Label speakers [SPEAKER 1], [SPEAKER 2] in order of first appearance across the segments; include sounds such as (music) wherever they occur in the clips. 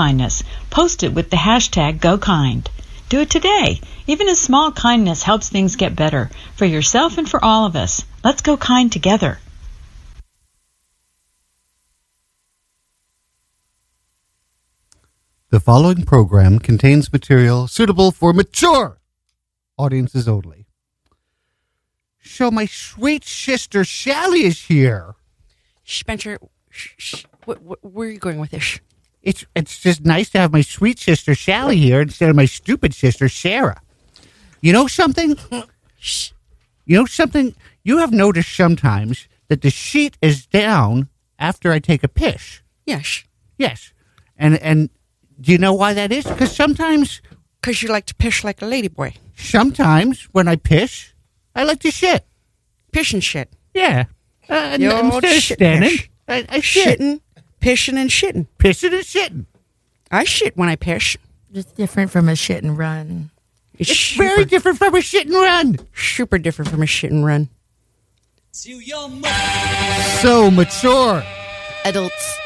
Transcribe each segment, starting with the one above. [SPEAKER 1] kindness. Post it with the hashtag GoKind. Do it today. Even a small kindness helps things get better for yourself and for all of us. Let's go kind together.
[SPEAKER 2] The following program contains material suitable for mature audiences only. So, my sweet sister Sally is here.
[SPEAKER 3] Spencer, shh, shh, wh- wh- where are you going with this? Shh.
[SPEAKER 2] It's it's just nice to have my sweet sister Sally here instead of my stupid sister Sarah. You know something? You know something? You have noticed sometimes that the sheet is down after I take a piss.
[SPEAKER 3] Yeah, shh.
[SPEAKER 2] Yes, and and do you know why that is? Because sometimes,
[SPEAKER 3] Because you like to pish like a lady boy.
[SPEAKER 2] sometimes when I piss, I like to shit.
[SPEAKER 3] Pish and shit.
[SPEAKER 2] Yeah, uh, and
[SPEAKER 3] Yo,
[SPEAKER 2] instead of
[SPEAKER 3] shit
[SPEAKER 2] standing,
[SPEAKER 3] pish.
[SPEAKER 2] I, I shit,
[SPEAKER 3] Shitting, pishing and shitting.
[SPEAKER 2] pissing and shitting.
[SPEAKER 3] I shit when I pish.
[SPEAKER 4] It's different from a shit and run.
[SPEAKER 3] It's,
[SPEAKER 2] It's
[SPEAKER 3] super,
[SPEAKER 2] very different from a shit and run.
[SPEAKER 3] super different from a shit and run.
[SPEAKER 2] So mature.
[SPEAKER 4] Adults.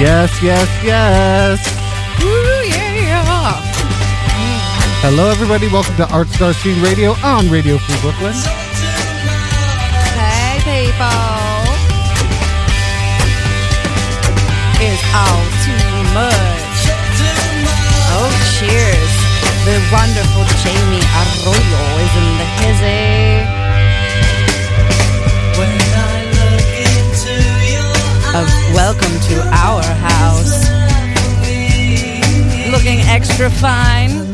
[SPEAKER 2] Yes, yes, yes.
[SPEAKER 3] Ooh, yeah.
[SPEAKER 2] Hello, everybody. Welcome to Art Star Scene Radio on Radio Free Brooklyn.
[SPEAKER 3] Hey, people. It's all too much. Oh, cheers. The wonderful Jamie Arroyo is in the hizzy. of welcome to our house. Looking extra fine,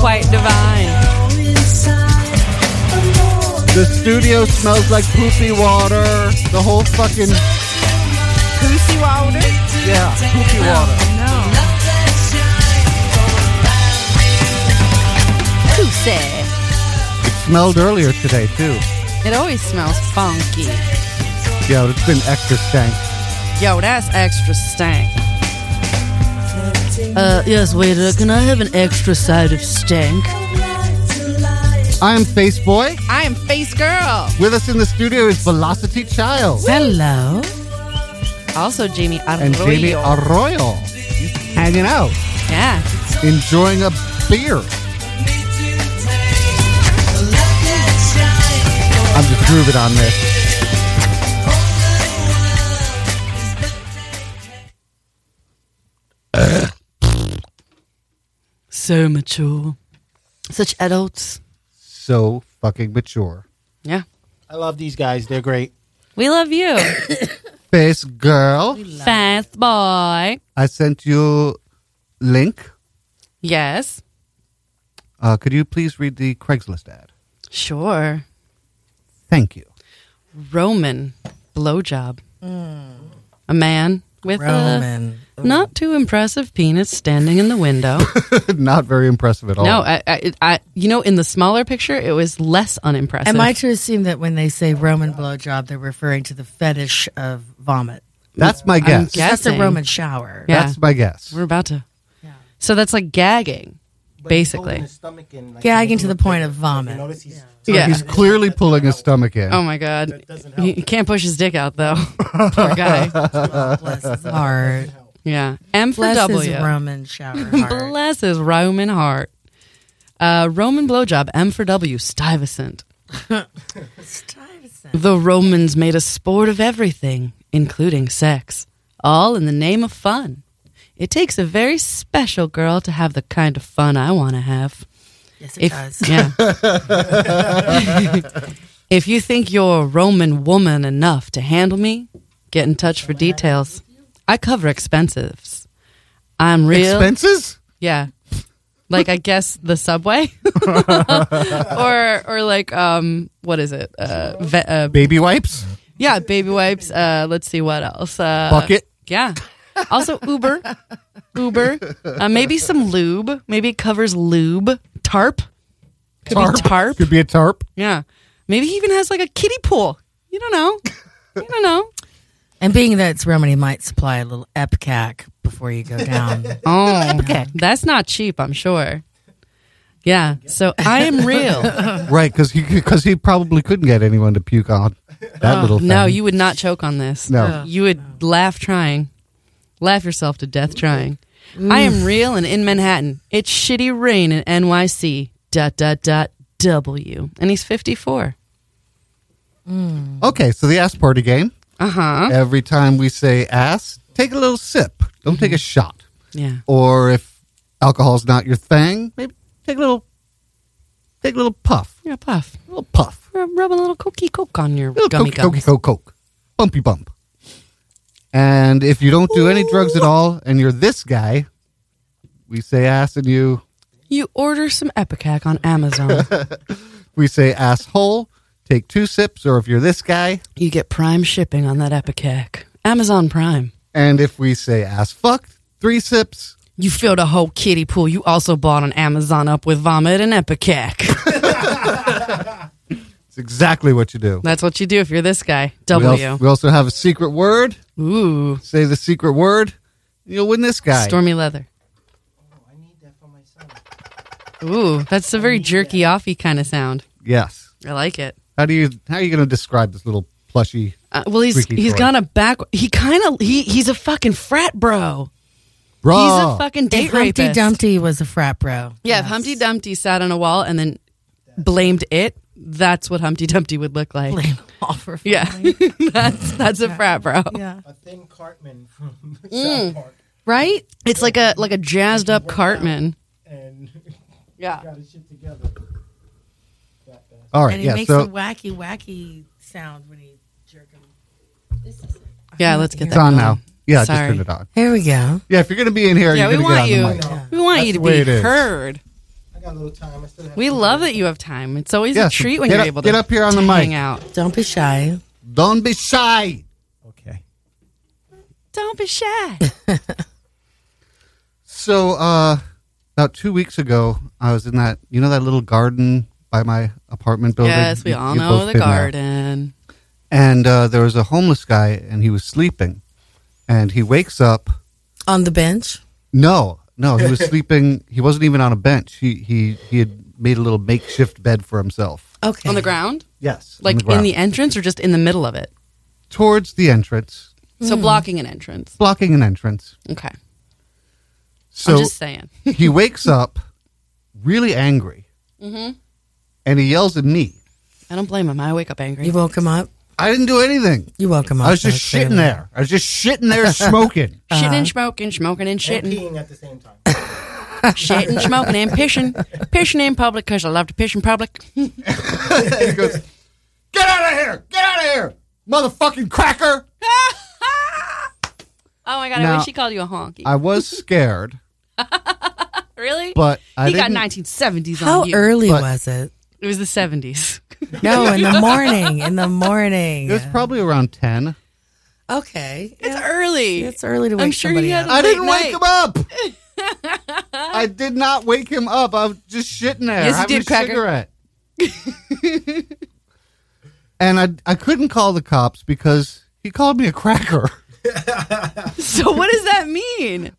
[SPEAKER 3] quite divine.
[SPEAKER 2] The studio smells like poopy water. The whole fucking
[SPEAKER 3] Pussy Wilder.
[SPEAKER 2] yeah, poopy water.
[SPEAKER 3] Pussy.
[SPEAKER 2] It smelled earlier today too.
[SPEAKER 3] It always smells funky.
[SPEAKER 2] Yeah, it's been extra stank.
[SPEAKER 3] Yo, that's extra stank.
[SPEAKER 4] Uh, yes, waiter, can I have an extra side of stank?
[SPEAKER 2] I'm Face Boy.
[SPEAKER 3] I am Face Girl.
[SPEAKER 2] With us in the studio is Velocity Child
[SPEAKER 4] Hello?
[SPEAKER 3] Also, Jamie Arroyo.
[SPEAKER 2] and Jamie Arroyo. Hanging out,
[SPEAKER 3] yeah.
[SPEAKER 2] enjoying a beer. I'm just grooving on this.
[SPEAKER 4] So mature. Such adults.
[SPEAKER 2] So fucking mature.
[SPEAKER 3] Yeah.
[SPEAKER 5] I love these guys. They're great.
[SPEAKER 3] We love
[SPEAKER 4] (coughs)
[SPEAKER 3] you.
[SPEAKER 2] Face girl,
[SPEAKER 3] Fast boy.
[SPEAKER 2] I sent you link.
[SPEAKER 3] Yes.
[SPEAKER 2] Uh, could you please read the Craigslist ad?
[SPEAKER 3] Sure.
[SPEAKER 2] Thank you. (laughs)
[SPEAKER 3] Roman blowjob.
[SPEAKER 2] Mm.
[SPEAKER 3] A man with
[SPEAKER 4] Roman.
[SPEAKER 3] a not too impressive penis standing in the window.
[SPEAKER 2] Not very impressive at
[SPEAKER 4] Oh.
[SPEAKER 2] all.
[SPEAKER 3] no, I, I, I, you know, in the smaller picture, it was less unimpressive.
[SPEAKER 4] Am I to assume that when they say Roman blowjob, they're referring to the fetish of vomit?
[SPEAKER 2] that's my guess.
[SPEAKER 3] guess-
[SPEAKER 4] That's a
[SPEAKER 3] Guessing.
[SPEAKER 4] Roman shower.
[SPEAKER 3] Yeah.
[SPEAKER 2] That's my guess.
[SPEAKER 3] We're about to. So that's like gagging, basically.
[SPEAKER 4] Gagging to the point of vomit.
[SPEAKER 5] Notice he's
[SPEAKER 3] Yeah.
[SPEAKER 2] He's clearly pulling his stomach in.
[SPEAKER 3] (laughs) Oh my god. He he can't push his dick out though. (laughs) Poor guy.
[SPEAKER 4] Bless his heart.
[SPEAKER 3] Yeah. M for
[SPEAKER 4] Bless
[SPEAKER 3] W.
[SPEAKER 4] his
[SPEAKER 3] (laughs)
[SPEAKER 4] Roman shower heart.
[SPEAKER 3] Bless his Roman heart. Uh, Roman blowjob, M for W, Stuyvesant.
[SPEAKER 4] Stuyvesant.
[SPEAKER 3] The Romans made a sport of everything, including sex, all in the name of fun. It takes a very special girl to have the kind of fun I want to have.
[SPEAKER 4] Yes, it
[SPEAKER 3] If,
[SPEAKER 4] does.
[SPEAKER 3] yeah. (laughs) if you think you're a Roman woman enough to handle me, get in touch for details. I cover expenses. I'm real.
[SPEAKER 2] Expenses?
[SPEAKER 3] Yeah. Like I guess the subway, (laughs) or or like um what is it? Uh, ve- uh
[SPEAKER 2] Baby wipes?
[SPEAKER 3] yeah, baby wipes. Uh, let's see what else. Uh,
[SPEAKER 2] Bucket?
[SPEAKER 3] Yeah. Also Uber, Uber, uh, maybe some lube. Maybe it covers lube, tarp. Could be tarp.
[SPEAKER 2] Could be a tarp.
[SPEAKER 3] Yeah. Maybe he even has like a kiddie pool. You don't
[SPEAKER 2] (laughs)
[SPEAKER 3] know. You don't know.
[SPEAKER 4] And being that it's Roman, he might supply a little Epcac before
[SPEAKER 3] (laughs)
[SPEAKER 4] you go down.
[SPEAKER 3] Oh, that's not cheap, I'm sure. Yeah. So I
[SPEAKER 2] (laughs)
[SPEAKER 3] am real.
[SPEAKER 2] Right, because he because he probably couldn't get anyone to puke on that little thing.
[SPEAKER 3] No, you would not choke on this.
[SPEAKER 2] No.
[SPEAKER 3] You would laugh trying. Laugh yourself to death trying. I am real and in Manhattan. It's shitty rain in NYC. Dot dot dot W. And he's 54.
[SPEAKER 2] Okay, so the ass party game.
[SPEAKER 3] Uh huh.
[SPEAKER 2] Every time we say ass, take a little sip. Don't take a shot.
[SPEAKER 3] Yeah.
[SPEAKER 2] Or if alcohol's not your thing, maybe take a little take a little puff,
[SPEAKER 3] Yeah, puff.
[SPEAKER 2] a little puff,
[SPEAKER 3] Rub, rub a little cookie coke on your
[SPEAKER 2] a little
[SPEAKER 3] gummy
[SPEAKER 2] coke, coke,
[SPEAKER 3] gums.
[SPEAKER 2] coke, coke, bumpy bump. And if you don't do any drugs at all, and you're this guy, we say ass, and you
[SPEAKER 3] You order some Epicac on Amazon.
[SPEAKER 2] we say asshole. Take two sips, or if you're this guy,
[SPEAKER 3] You get prime shipping on that Epicac. Amazon Prime.
[SPEAKER 2] and if we say ass fucked, three sips.
[SPEAKER 3] You filled a whole kiddie pool you also bought on Amazon up with vomit and Epicac.
[SPEAKER 2] It's exactly what you do.
[SPEAKER 3] (laughs) That's what you do if you're this guy.
[SPEAKER 2] We
[SPEAKER 3] W.
[SPEAKER 2] also, we also have a secret word.
[SPEAKER 3] Ooh.
[SPEAKER 2] Say the secret word, and you'll win this guy.
[SPEAKER 3] Stormy leather. Ooh, that's a very jerky offy kind of sound.
[SPEAKER 2] Yes.
[SPEAKER 3] I like it.
[SPEAKER 2] How do you? How are you going to describe this little plushy?
[SPEAKER 3] Uh, well, he's
[SPEAKER 2] Freaky
[SPEAKER 3] he's
[SPEAKER 2] Troy.
[SPEAKER 3] got a back. He kind of he he's a fucking frat bro. He's
[SPEAKER 2] Bra.
[SPEAKER 3] a fucking date
[SPEAKER 4] If Humpty
[SPEAKER 3] rapist.
[SPEAKER 4] Dumpty was a frat bro.
[SPEAKER 3] Yeah, if Humpty Dumpty sat on a wall and then blamed it, that's what Humpty Dumpty would look like.
[SPEAKER 4] (laughs) Blame all for
[SPEAKER 3] Yeah, (laughs) that's that's a frat bro.
[SPEAKER 4] yeah.
[SPEAKER 5] A thin Cartman from (laughs)
[SPEAKER 3] Mm.
[SPEAKER 5] South Park,
[SPEAKER 4] Right?
[SPEAKER 3] It's like a like a jazzed up Cartman.
[SPEAKER 5] and (laughs)
[SPEAKER 3] Yeah,
[SPEAKER 5] his shit together.
[SPEAKER 2] All right.
[SPEAKER 4] And he
[SPEAKER 2] yeah.
[SPEAKER 4] makes
[SPEAKER 2] So
[SPEAKER 4] a wacky, wacky sound when he jerk him.
[SPEAKER 3] yeah. Let's get
[SPEAKER 2] it's
[SPEAKER 3] that
[SPEAKER 2] on
[SPEAKER 3] going.
[SPEAKER 2] now. Yeah.
[SPEAKER 3] Sorry.
[SPEAKER 2] Just turn it on.
[SPEAKER 4] Here we go.
[SPEAKER 2] Yeah. If you're going to be in here,
[SPEAKER 3] Yeah,
[SPEAKER 2] you're
[SPEAKER 3] we
[SPEAKER 2] going to
[SPEAKER 3] want
[SPEAKER 2] get
[SPEAKER 3] you.
[SPEAKER 2] on the mic.
[SPEAKER 3] We want you
[SPEAKER 2] That's
[SPEAKER 3] to
[SPEAKER 2] the way
[SPEAKER 3] be
[SPEAKER 2] it is.
[SPEAKER 3] heard.
[SPEAKER 5] I got a little time. I still have
[SPEAKER 3] We love that you have time. It's always
[SPEAKER 2] Yeah,
[SPEAKER 3] a
[SPEAKER 2] so
[SPEAKER 3] treat when
[SPEAKER 2] get
[SPEAKER 3] you're
[SPEAKER 2] up-
[SPEAKER 3] able to
[SPEAKER 2] get up here on the
[SPEAKER 3] hang
[SPEAKER 2] mic.
[SPEAKER 3] out.
[SPEAKER 4] Don't be shy.
[SPEAKER 2] Don't be shy.
[SPEAKER 5] Okay.
[SPEAKER 3] Don't be shy.
[SPEAKER 2] So uh, about two weeks ago, I was in that you know that little garden by my apartment building.
[SPEAKER 3] yes, we
[SPEAKER 2] You-
[SPEAKER 3] all
[SPEAKER 2] you've
[SPEAKER 3] know
[SPEAKER 2] both
[SPEAKER 3] the
[SPEAKER 2] been there.
[SPEAKER 3] garden.
[SPEAKER 2] And uh, there was a homeless guy, and he was sleeping, and he wakes up.
[SPEAKER 4] On the bench.
[SPEAKER 2] No, no, he (laughs) was sleeping. He wasn't even on a bench. He he he had made a little makeshift bed for himself.
[SPEAKER 4] Okay.
[SPEAKER 3] On the ground?
[SPEAKER 2] Yes,
[SPEAKER 3] Like in the entrance or just in the middle of it?
[SPEAKER 2] towards the entrance,
[SPEAKER 3] So blocking an entrance.
[SPEAKER 2] blocking an entrance.
[SPEAKER 3] Okay.
[SPEAKER 2] So
[SPEAKER 3] I'm
[SPEAKER 2] (laughs)
[SPEAKER 3] just saying.
[SPEAKER 2] he wakes up really angry, Mm-hmm. and he yells at me.
[SPEAKER 3] I don't blame him. I wake up angry.
[SPEAKER 4] You woke him up.
[SPEAKER 2] I didn't do anything.
[SPEAKER 4] You woke him up.
[SPEAKER 2] I was just
[SPEAKER 4] so
[SPEAKER 2] shitting
[SPEAKER 4] clearly.
[SPEAKER 2] there. I was just shitting there, (laughs) smoking.
[SPEAKER 3] Shitting and smoking, smoking and
[SPEAKER 5] And
[SPEAKER 3] shitting,
[SPEAKER 5] peeing at the same time.
[SPEAKER 3] shitting, smoking
[SPEAKER 2] (laughs)
[SPEAKER 3] and pishing, pishing in public because I love to pish in public. (laughs)
[SPEAKER 2] he goes, "Get out of here! Get out of here, motherfucking cracker!"
[SPEAKER 3] Oh my god! I
[SPEAKER 2] Now-
[SPEAKER 3] wish he called you a honky.
[SPEAKER 2] I was scared,
[SPEAKER 3] really?
[SPEAKER 2] but I
[SPEAKER 3] he got
[SPEAKER 2] didn't.
[SPEAKER 3] 1970s on
[SPEAKER 4] How
[SPEAKER 3] you.
[SPEAKER 4] early
[SPEAKER 2] But-
[SPEAKER 4] was it?
[SPEAKER 3] It was the 70s.
[SPEAKER 4] (laughs) No, in the morning. In the morning.
[SPEAKER 2] It was probably around ten.
[SPEAKER 4] okay.
[SPEAKER 3] It's
[SPEAKER 4] Yeah.
[SPEAKER 3] early.
[SPEAKER 4] It's early to
[SPEAKER 3] I'm
[SPEAKER 4] wake
[SPEAKER 3] sure
[SPEAKER 4] somebody
[SPEAKER 3] he had
[SPEAKER 4] up.
[SPEAKER 3] a-
[SPEAKER 2] I didn't
[SPEAKER 3] late
[SPEAKER 2] wake
[SPEAKER 3] night.
[SPEAKER 2] him up.
[SPEAKER 3] (laughs)
[SPEAKER 2] I did not wake him up. I was just shitting there
[SPEAKER 3] Yes, you
[SPEAKER 2] having
[SPEAKER 3] did,
[SPEAKER 2] a
[SPEAKER 3] Cracker.
[SPEAKER 2] cigarette. (laughs) and I I couldn't call the cops because he called me a cracker. (laughs)
[SPEAKER 3] so what does that mean?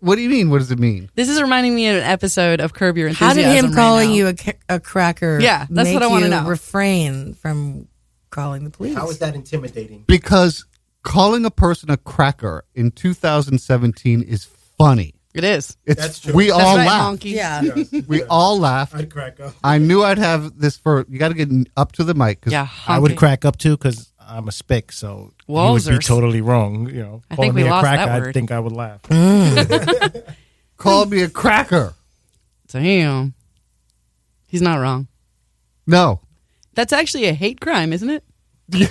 [SPEAKER 2] What do you mean? What does it mean?
[SPEAKER 3] This is reminding me of an episode of Curb Your
[SPEAKER 4] How
[SPEAKER 3] Enthusiasm.
[SPEAKER 4] did him
[SPEAKER 3] right
[SPEAKER 4] calling
[SPEAKER 3] now.
[SPEAKER 4] you a, ca- a cracker?
[SPEAKER 3] Yeah, that's
[SPEAKER 4] make
[SPEAKER 3] what I wanna
[SPEAKER 4] you
[SPEAKER 3] know.
[SPEAKER 4] Refrain from calling the police.
[SPEAKER 5] How is that intimidating?
[SPEAKER 2] Because calling a person a cracker in 2017 is funny.
[SPEAKER 3] It is.
[SPEAKER 2] It's
[SPEAKER 5] That's true.
[SPEAKER 2] we
[SPEAKER 3] That's
[SPEAKER 2] all
[SPEAKER 3] right,
[SPEAKER 2] laughed.
[SPEAKER 3] honky.
[SPEAKER 4] Yeah.
[SPEAKER 2] We all laughed.
[SPEAKER 5] I'd crack up.
[SPEAKER 2] I knew I'd have this for you. Got to get up to the mic because
[SPEAKER 3] Yeah,
[SPEAKER 5] I would
[SPEAKER 3] honky.
[SPEAKER 5] crack up too because I'm a spick, so you would
[SPEAKER 3] Wowzers.
[SPEAKER 5] be totally wrong. You know,
[SPEAKER 3] I think
[SPEAKER 5] calling
[SPEAKER 3] we
[SPEAKER 5] me a
[SPEAKER 3] lost
[SPEAKER 5] cracker,
[SPEAKER 3] that
[SPEAKER 5] I
[SPEAKER 3] word.
[SPEAKER 5] think I would laugh.
[SPEAKER 2] called me a cracker.
[SPEAKER 3] Damn. He's not wrong.
[SPEAKER 2] No.
[SPEAKER 3] That's actually a hate crime, isn't it?
[SPEAKER 2] Yeah.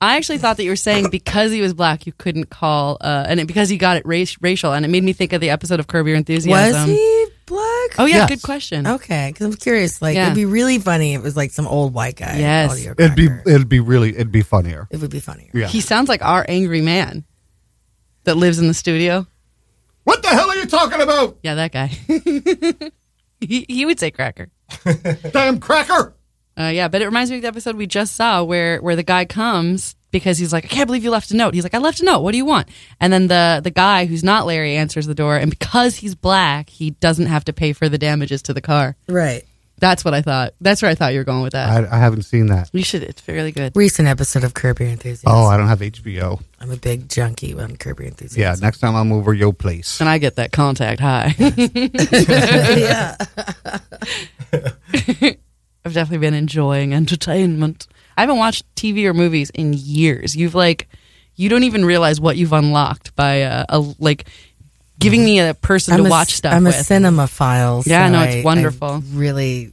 [SPEAKER 3] I actually thought that you were saying because he was black, you couldn't call, uh, and it, because he got it race, racial, and it made me think of the episode of Curb Your
[SPEAKER 4] Was
[SPEAKER 3] Enthusiasm.
[SPEAKER 4] he black?
[SPEAKER 3] Oh yeah,
[SPEAKER 2] Yes.
[SPEAKER 3] good question.
[SPEAKER 4] Okay, because I'm curious. Like,
[SPEAKER 3] Yeah.
[SPEAKER 4] it'd be really funny if it was like some old white guy.
[SPEAKER 3] Yes.
[SPEAKER 4] called you a
[SPEAKER 2] It'd be
[SPEAKER 4] cracker.
[SPEAKER 2] it'd be really it'd be funnier.
[SPEAKER 4] It would be funnier.
[SPEAKER 2] Yeah.
[SPEAKER 3] He sounds like our angry man. that lives in the studio.
[SPEAKER 5] What the hell are you talking about?
[SPEAKER 3] Yeah, that guy. (laughs) he, he would say cracker.
[SPEAKER 5] Damn cracker!
[SPEAKER 3] Uh, yeah, but it reminds me of the episode we just saw where where the guy comes because he's like, I can't believe you left a note. He's like, I left a note. What do you want? And then the the guy who's not Larry answers the door, and because he's black, he doesn't have to pay for the damages to the car.
[SPEAKER 4] Right.
[SPEAKER 3] That's what I thought. That's where I thought you were going with that.
[SPEAKER 2] I, I haven't seen that.
[SPEAKER 3] you should. It's fairly good.
[SPEAKER 4] Recent episode of Curb Your Enthusiasm.
[SPEAKER 2] Oh, I don't have HBO.
[SPEAKER 4] I'm a big junkie on Curb Your Enthusiasm.
[SPEAKER 2] Yeah, next time I'm over your place.
[SPEAKER 3] And I get that contact
[SPEAKER 4] (laughs)
[SPEAKER 3] high. (laughs) I've definitely been enjoying entertainment. I haven't watched TV or movies in years. You've like, you don't even realize what you've unlocked by uh, a like giving me a person to
[SPEAKER 4] a,
[SPEAKER 3] watch stuff
[SPEAKER 4] I'm
[SPEAKER 3] with.
[SPEAKER 4] a cinemaphile.
[SPEAKER 3] Yeah,
[SPEAKER 4] so
[SPEAKER 3] no, it's
[SPEAKER 4] I- I
[SPEAKER 3] wonderful.
[SPEAKER 4] really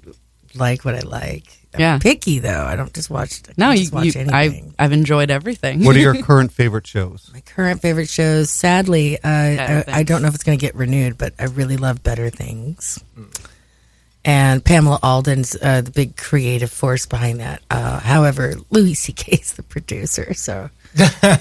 [SPEAKER 4] like what I like. I'm
[SPEAKER 3] Yeah.
[SPEAKER 4] picky though. I don't just watch. I
[SPEAKER 3] no,
[SPEAKER 4] can't
[SPEAKER 3] you,
[SPEAKER 4] just watch
[SPEAKER 3] you I,
[SPEAKER 4] anything.
[SPEAKER 3] I've enjoyed everything.
[SPEAKER 2] What are your current favorite shows?
[SPEAKER 4] My current favorite shows. Sadly, uh, I, I
[SPEAKER 3] Things.
[SPEAKER 4] don't know if it's going to get renewed, but I really love Better Things. And Pamela Alden's uh, the big creative force behind that. Uh, however, Louis C.K. is the producer, so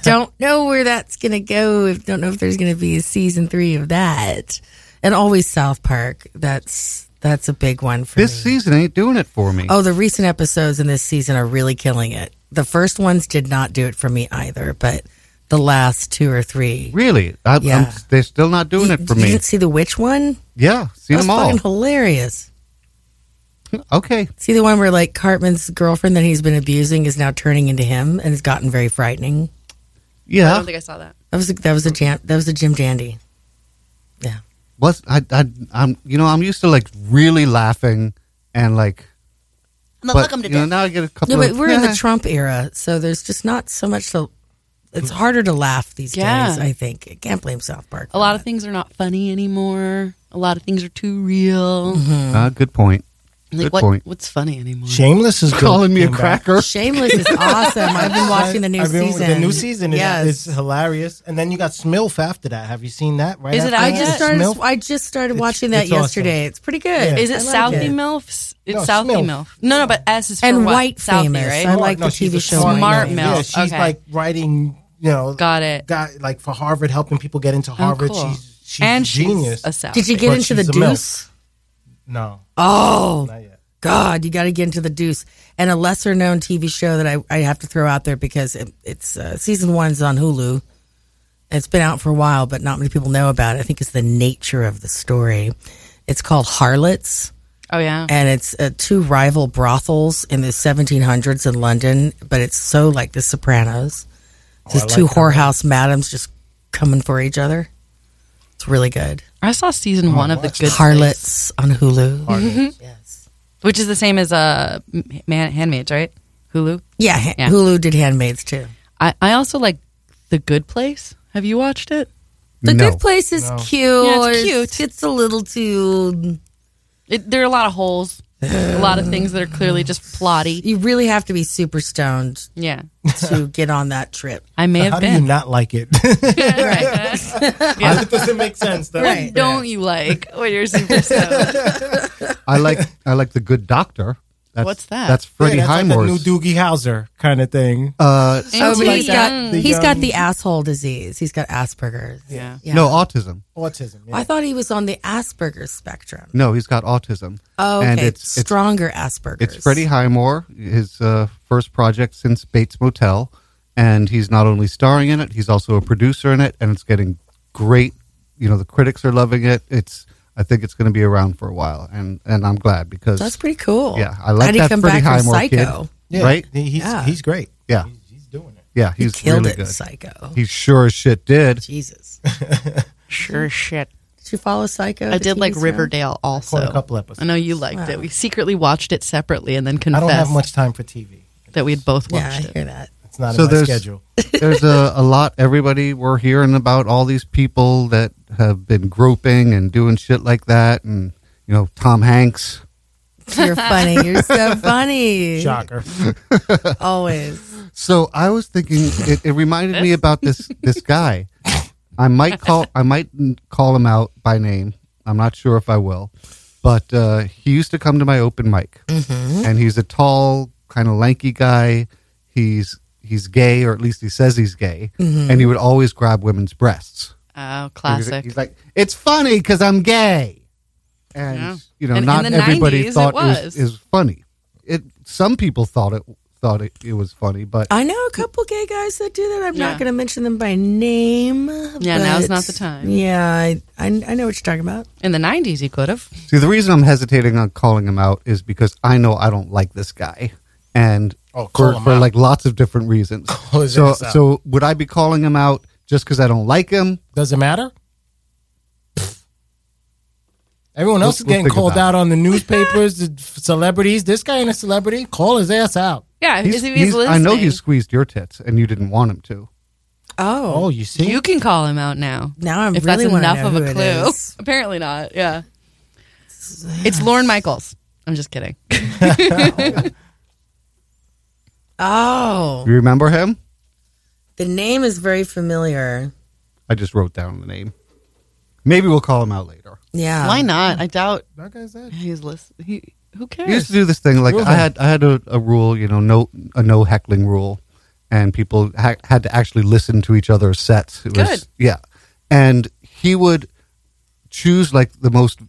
[SPEAKER 4] don't know where that's going to go. If, don't know if there's going to be a season three of that. And always South Park. That's that's a big one for
[SPEAKER 2] This
[SPEAKER 4] me.
[SPEAKER 2] season ain't doing it for me.
[SPEAKER 4] Oh, the recent episodes in this season are really killing it. The first ones did not do it for me either, but the last two or three.
[SPEAKER 2] Really? I,
[SPEAKER 4] Yeah.
[SPEAKER 2] I'm, they're still not doing
[SPEAKER 4] you,
[SPEAKER 2] it for
[SPEAKER 4] you
[SPEAKER 2] me.
[SPEAKER 4] didn't see the witch one?
[SPEAKER 2] Yeah, see
[SPEAKER 4] That was
[SPEAKER 2] them all.
[SPEAKER 4] fucking hilarious.
[SPEAKER 2] Okay.
[SPEAKER 4] See the one where like Cartman's girlfriend that he's been abusing is now turning into him and it's gotten very frightening.
[SPEAKER 3] I
[SPEAKER 2] Yeah.
[SPEAKER 3] don't think I saw that.
[SPEAKER 4] That was a, that was a jam, that was a Jim Dandy.
[SPEAKER 2] What's I I I'm you know I'm used to like really laughing and like. But, welcome to you know, now I get a couple.
[SPEAKER 4] No, but
[SPEAKER 2] of,
[SPEAKER 4] we're in the
[SPEAKER 2] "Yeah."
[SPEAKER 4] Trump era, so there's just not so much to. It's harder to laugh these
[SPEAKER 3] Yeah.
[SPEAKER 4] days. I think I can't blame South Park.
[SPEAKER 3] (laughs) A lot of things are not funny anymore. A lot of things are too real.
[SPEAKER 2] Ah, good point.
[SPEAKER 3] Like,
[SPEAKER 2] Good
[SPEAKER 3] what,
[SPEAKER 2] point.
[SPEAKER 3] What's funny anymore?
[SPEAKER 5] Shameless is good.
[SPEAKER 2] Calling me a
[SPEAKER 5] Came back.
[SPEAKER 2] cracker.
[SPEAKER 4] Shameless
[SPEAKER 2] (laughs)
[SPEAKER 4] is awesome. I've been watching the new
[SPEAKER 5] I've been-
[SPEAKER 4] season.
[SPEAKER 5] The new season is,
[SPEAKER 4] Yes.
[SPEAKER 5] is hilarious. And then you got Smilf after that. Have you seen that? Right?
[SPEAKER 3] Is it
[SPEAKER 5] after
[SPEAKER 4] I
[SPEAKER 3] Yeah.
[SPEAKER 5] that?
[SPEAKER 4] just
[SPEAKER 5] It's
[SPEAKER 4] started.
[SPEAKER 5] Smilf.
[SPEAKER 4] I just started
[SPEAKER 5] It's-
[SPEAKER 4] watching that
[SPEAKER 5] it's awesome.
[SPEAKER 4] yesterday. It's pretty good.
[SPEAKER 5] Yeah.
[SPEAKER 3] Is it
[SPEAKER 4] I like
[SPEAKER 3] Southie
[SPEAKER 4] it.
[SPEAKER 3] MILFs? It's
[SPEAKER 5] No,
[SPEAKER 3] Southie
[SPEAKER 5] Smilf.
[SPEAKER 3] MILF. No, no, but S is for
[SPEAKER 4] And
[SPEAKER 3] what?
[SPEAKER 4] white
[SPEAKER 3] Southie,
[SPEAKER 4] famous.
[SPEAKER 3] right?
[SPEAKER 4] I like
[SPEAKER 5] no,
[SPEAKER 4] the
[SPEAKER 5] she's
[SPEAKER 4] TV
[SPEAKER 5] a
[SPEAKER 4] show
[SPEAKER 3] Smart
[SPEAKER 5] milf.
[SPEAKER 3] milf.
[SPEAKER 5] Yeah, she's
[SPEAKER 3] Okay.
[SPEAKER 5] like writing. You know,
[SPEAKER 3] Got it.
[SPEAKER 5] Got like for Harvard, helping people get into
[SPEAKER 3] Oh,
[SPEAKER 5] Harvard.
[SPEAKER 3] cool.
[SPEAKER 5] She's she's
[SPEAKER 3] and
[SPEAKER 5] a genius.
[SPEAKER 3] She's a South.
[SPEAKER 4] Did you get
[SPEAKER 5] But
[SPEAKER 4] into the
[SPEAKER 5] she's a milf.
[SPEAKER 4] Deuce?
[SPEAKER 5] no,
[SPEAKER 4] Oh
[SPEAKER 5] not yet.
[SPEAKER 4] God, you got to get into the Deuce. And a lesser known TV show that I, I have to throw out there because it, it's uh, season one's on Hulu. It's been out for a while, but not many people know about it. I think it's the nature of the story. It's called Harlots.
[SPEAKER 3] oh yeah.
[SPEAKER 4] and it's uh, two rival brothels in the 1700s in London, but it's so like The Sopranos. It's just two whorehouse madams just coming for each other. It's really good.
[SPEAKER 3] I saw
[SPEAKER 5] Oh,
[SPEAKER 3] season one of the Good Place,
[SPEAKER 4] Harlots on Hulu. Mm-hmm. yes.
[SPEAKER 3] which is the same as uh, M- Man- Handmaids, right? Hulu.
[SPEAKER 4] Yeah, ha-
[SPEAKER 3] Yeah.
[SPEAKER 4] Hulu did Handmaids too.
[SPEAKER 3] I, I also like the Good Place. Have you watched it?
[SPEAKER 4] The
[SPEAKER 2] no.
[SPEAKER 4] Good Place is cute.
[SPEAKER 3] Yeah, it's cute.
[SPEAKER 4] It's a little too.
[SPEAKER 3] it? There are a lot of holes, a lot of things that are clearly just plotty.
[SPEAKER 4] You really have to be super stoned
[SPEAKER 3] Yeah,
[SPEAKER 4] to get on that trip.
[SPEAKER 3] I may
[SPEAKER 5] How
[SPEAKER 3] have
[SPEAKER 5] do you
[SPEAKER 3] been. (laughs)
[SPEAKER 5] not like it? (laughs) it doesn't make sense. Though.
[SPEAKER 4] Right.
[SPEAKER 3] Don't you like when you're
[SPEAKER 4] (laughs)
[SPEAKER 3] super stoned?
[SPEAKER 2] I like I like the Good Doctor. That's,
[SPEAKER 3] What's that?
[SPEAKER 2] That's Freddie
[SPEAKER 5] yeah, that's like the new
[SPEAKER 2] Highmore's.
[SPEAKER 5] Doogie Howser kind of thing.
[SPEAKER 2] uh,
[SPEAKER 4] Oh, but
[SPEAKER 3] Too
[SPEAKER 4] he's got
[SPEAKER 3] young.
[SPEAKER 5] The,
[SPEAKER 4] he's got
[SPEAKER 5] um,
[SPEAKER 4] the asshole disease. He's got Asperger's.
[SPEAKER 3] Yeah.
[SPEAKER 4] Yeah.
[SPEAKER 2] No autism.
[SPEAKER 5] autism. Yeah.
[SPEAKER 4] I thought he was on the Asperger's spectrum.
[SPEAKER 2] No, he's got autism.
[SPEAKER 4] Oh, okay.
[SPEAKER 2] and it's it's
[SPEAKER 4] stronger Asperger's.
[SPEAKER 2] It's Freddie Highmore, his uh, first project since Bates Motel, and he's not only starring in it, he's also a producer in it, and it's getting great. You know, the critics are loving it. It's I think it's going to be around for a while, and and I'm glad because
[SPEAKER 4] That's pretty cool.
[SPEAKER 2] yeah, I like
[SPEAKER 4] How'd he
[SPEAKER 2] that
[SPEAKER 4] come
[SPEAKER 2] Freddie
[SPEAKER 4] back from
[SPEAKER 2] Highmore
[SPEAKER 4] Psycho?
[SPEAKER 2] kid, right?
[SPEAKER 5] He- He's
[SPEAKER 4] Yeah.
[SPEAKER 5] he's great.
[SPEAKER 2] Yeah,
[SPEAKER 5] He's doing it.
[SPEAKER 2] yeah,
[SPEAKER 4] He
[SPEAKER 2] he's
[SPEAKER 4] killed
[SPEAKER 2] really
[SPEAKER 4] it in
[SPEAKER 2] good.
[SPEAKER 4] Psycho.
[SPEAKER 2] He sure as shit did.
[SPEAKER 4] Jesus.
[SPEAKER 3] Sure, shit.
[SPEAKER 4] Did you follow Psycho?
[SPEAKER 3] I
[SPEAKER 4] the
[SPEAKER 3] did like
[SPEAKER 4] TV show?
[SPEAKER 3] Riverdale also.
[SPEAKER 5] Quite a couple episodes.
[SPEAKER 3] I know you liked it. We secretly watched it separately and then
[SPEAKER 5] I
[SPEAKER 3] confessed
[SPEAKER 5] don't have much time for TV.
[SPEAKER 3] that we had both
[SPEAKER 4] Yeah, I
[SPEAKER 3] watched
[SPEAKER 4] hear
[SPEAKER 3] it.
[SPEAKER 4] that.
[SPEAKER 5] It's not
[SPEAKER 2] So
[SPEAKER 5] in my
[SPEAKER 2] there's-
[SPEAKER 5] schedule.
[SPEAKER 2] there's a, a lot everybody we're hearing about all these people that have been groping and doing shit like that and you know tom hanks
[SPEAKER 4] You're funny. You're
[SPEAKER 2] (laughs)
[SPEAKER 4] so funny.
[SPEAKER 5] Shocker.
[SPEAKER 4] Always.
[SPEAKER 2] so i was thinking it, it reminded me about this this guy i might call i might call him out by name i'm not sure if i will but uh, he used to come to my open mic and he's a tall kind of lanky guy he's he's gay, or at least he says he's gay, and he would always grab women's breasts.
[SPEAKER 3] Oh,
[SPEAKER 2] He was-
[SPEAKER 3] classic.
[SPEAKER 2] He's like, it's funny because I'm gay, and
[SPEAKER 3] Yeah.
[SPEAKER 2] you know,
[SPEAKER 3] And in
[SPEAKER 2] not
[SPEAKER 3] the
[SPEAKER 2] everybody
[SPEAKER 3] 90s,
[SPEAKER 2] thought
[SPEAKER 3] it
[SPEAKER 2] it was.
[SPEAKER 3] was.
[SPEAKER 2] is funny. It some people thought it thought it, it was funny, but
[SPEAKER 4] I know a couple gay guys that do that. I'm
[SPEAKER 3] Yeah.
[SPEAKER 4] not going to mention them by name.
[SPEAKER 3] Yeah, now's not the time.
[SPEAKER 4] Yeah, I, I, I know what you're talking about.
[SPEAKER 3] In the 90s, you could have.
[SPEAKER 2] See, the reason I'm hesitating on calling him out is because I know I don't like this guy, and
[SPEAKER 5] Oh, call
[SPEAKER 2] for,
[SPEAKER 5] him
[SPEAKER 2] for
[SPEAKER 5] out.
[SPEAKER 2] like lots of different reasons.
[SPEAKER 5] (laughs) Call his
[SPEAKER 2] so,
[SPEAKER 5] ass out.
[SPEAKER 2] so would I be calling him out just because I don't like him?
[SPEAKER 5] Does it matter? Everyone
[SPEAKER 2] We'll-
[SPEAKER 5] else is
[SPEAKER 2] we'll
[SPEAKER 5] getting
[SPEAKER 2] think
[SPEAKER 5] called
[SPEAKER 2] about
[SPEAKER 5] out on the newspapers, the f- celebrities. This guy ain't a celebrity. Call his ass out.
[SPEAKER 3] Yeah,
[SPEAKER 2] He's-
[SPEAKER 3] if he's,
[SPEAKER 2] he's- I know you
[SPEAKER 3] listening,
[SPEAKER 2] squeezed your tits and you didn't want him to.
[SPEAKER 4] Oh,
[SPEAKER 5] Oh, you see?
[SPEAKER 3] You can call him out now.
[SPEAKER 4] now I'm
[SPEAKER 3] if
[SPEAKER 4] really
[SPEAKER 3] that's
[SPEAKER 4] wanna
[SPEAKER 3] enough
[SPEAKER 4] know
[SPEAKER 3] of
[SPEAKER 4] who
[SPEAKER 3] a
[SPEAKER 4] it
[SPEAKER 3] clue.
[SPEAKER 4] is.
[SPEAKER 3] (laughs) Apparently not. Yeah. It's Lauren Michaels. I'm just kidding.
[SPEAKER 4] Oh,
[SPEAKER 2] You remember him?
[SPEAKER 4] the name is very familiar.
[SPEAKER 2] I just wrote down the name. Maybe we'll call him out later.
[SPEAKER 4] Yeah,
[SPEAKER 3] Why not? I doubt
[SPEAKER 5] that guy's that.
[SPEAKER 3] he's listening. He, who
[SPEAKER 2] He used
[SPEAKER 3] cares?
[SPEAKER 2] to do this thing like
[SPEAKER 5] Rule
[SPEAKER 2] I
[SPEAKER 5] him.
[SPEAKER 2] had I had a, a rule, you know, no a no heckling rule, and people ha- had to actually listen to each other's sets. It
[SPEAKER 3] Good.
[SPEAKER 2] yeah, and he would choose like the most.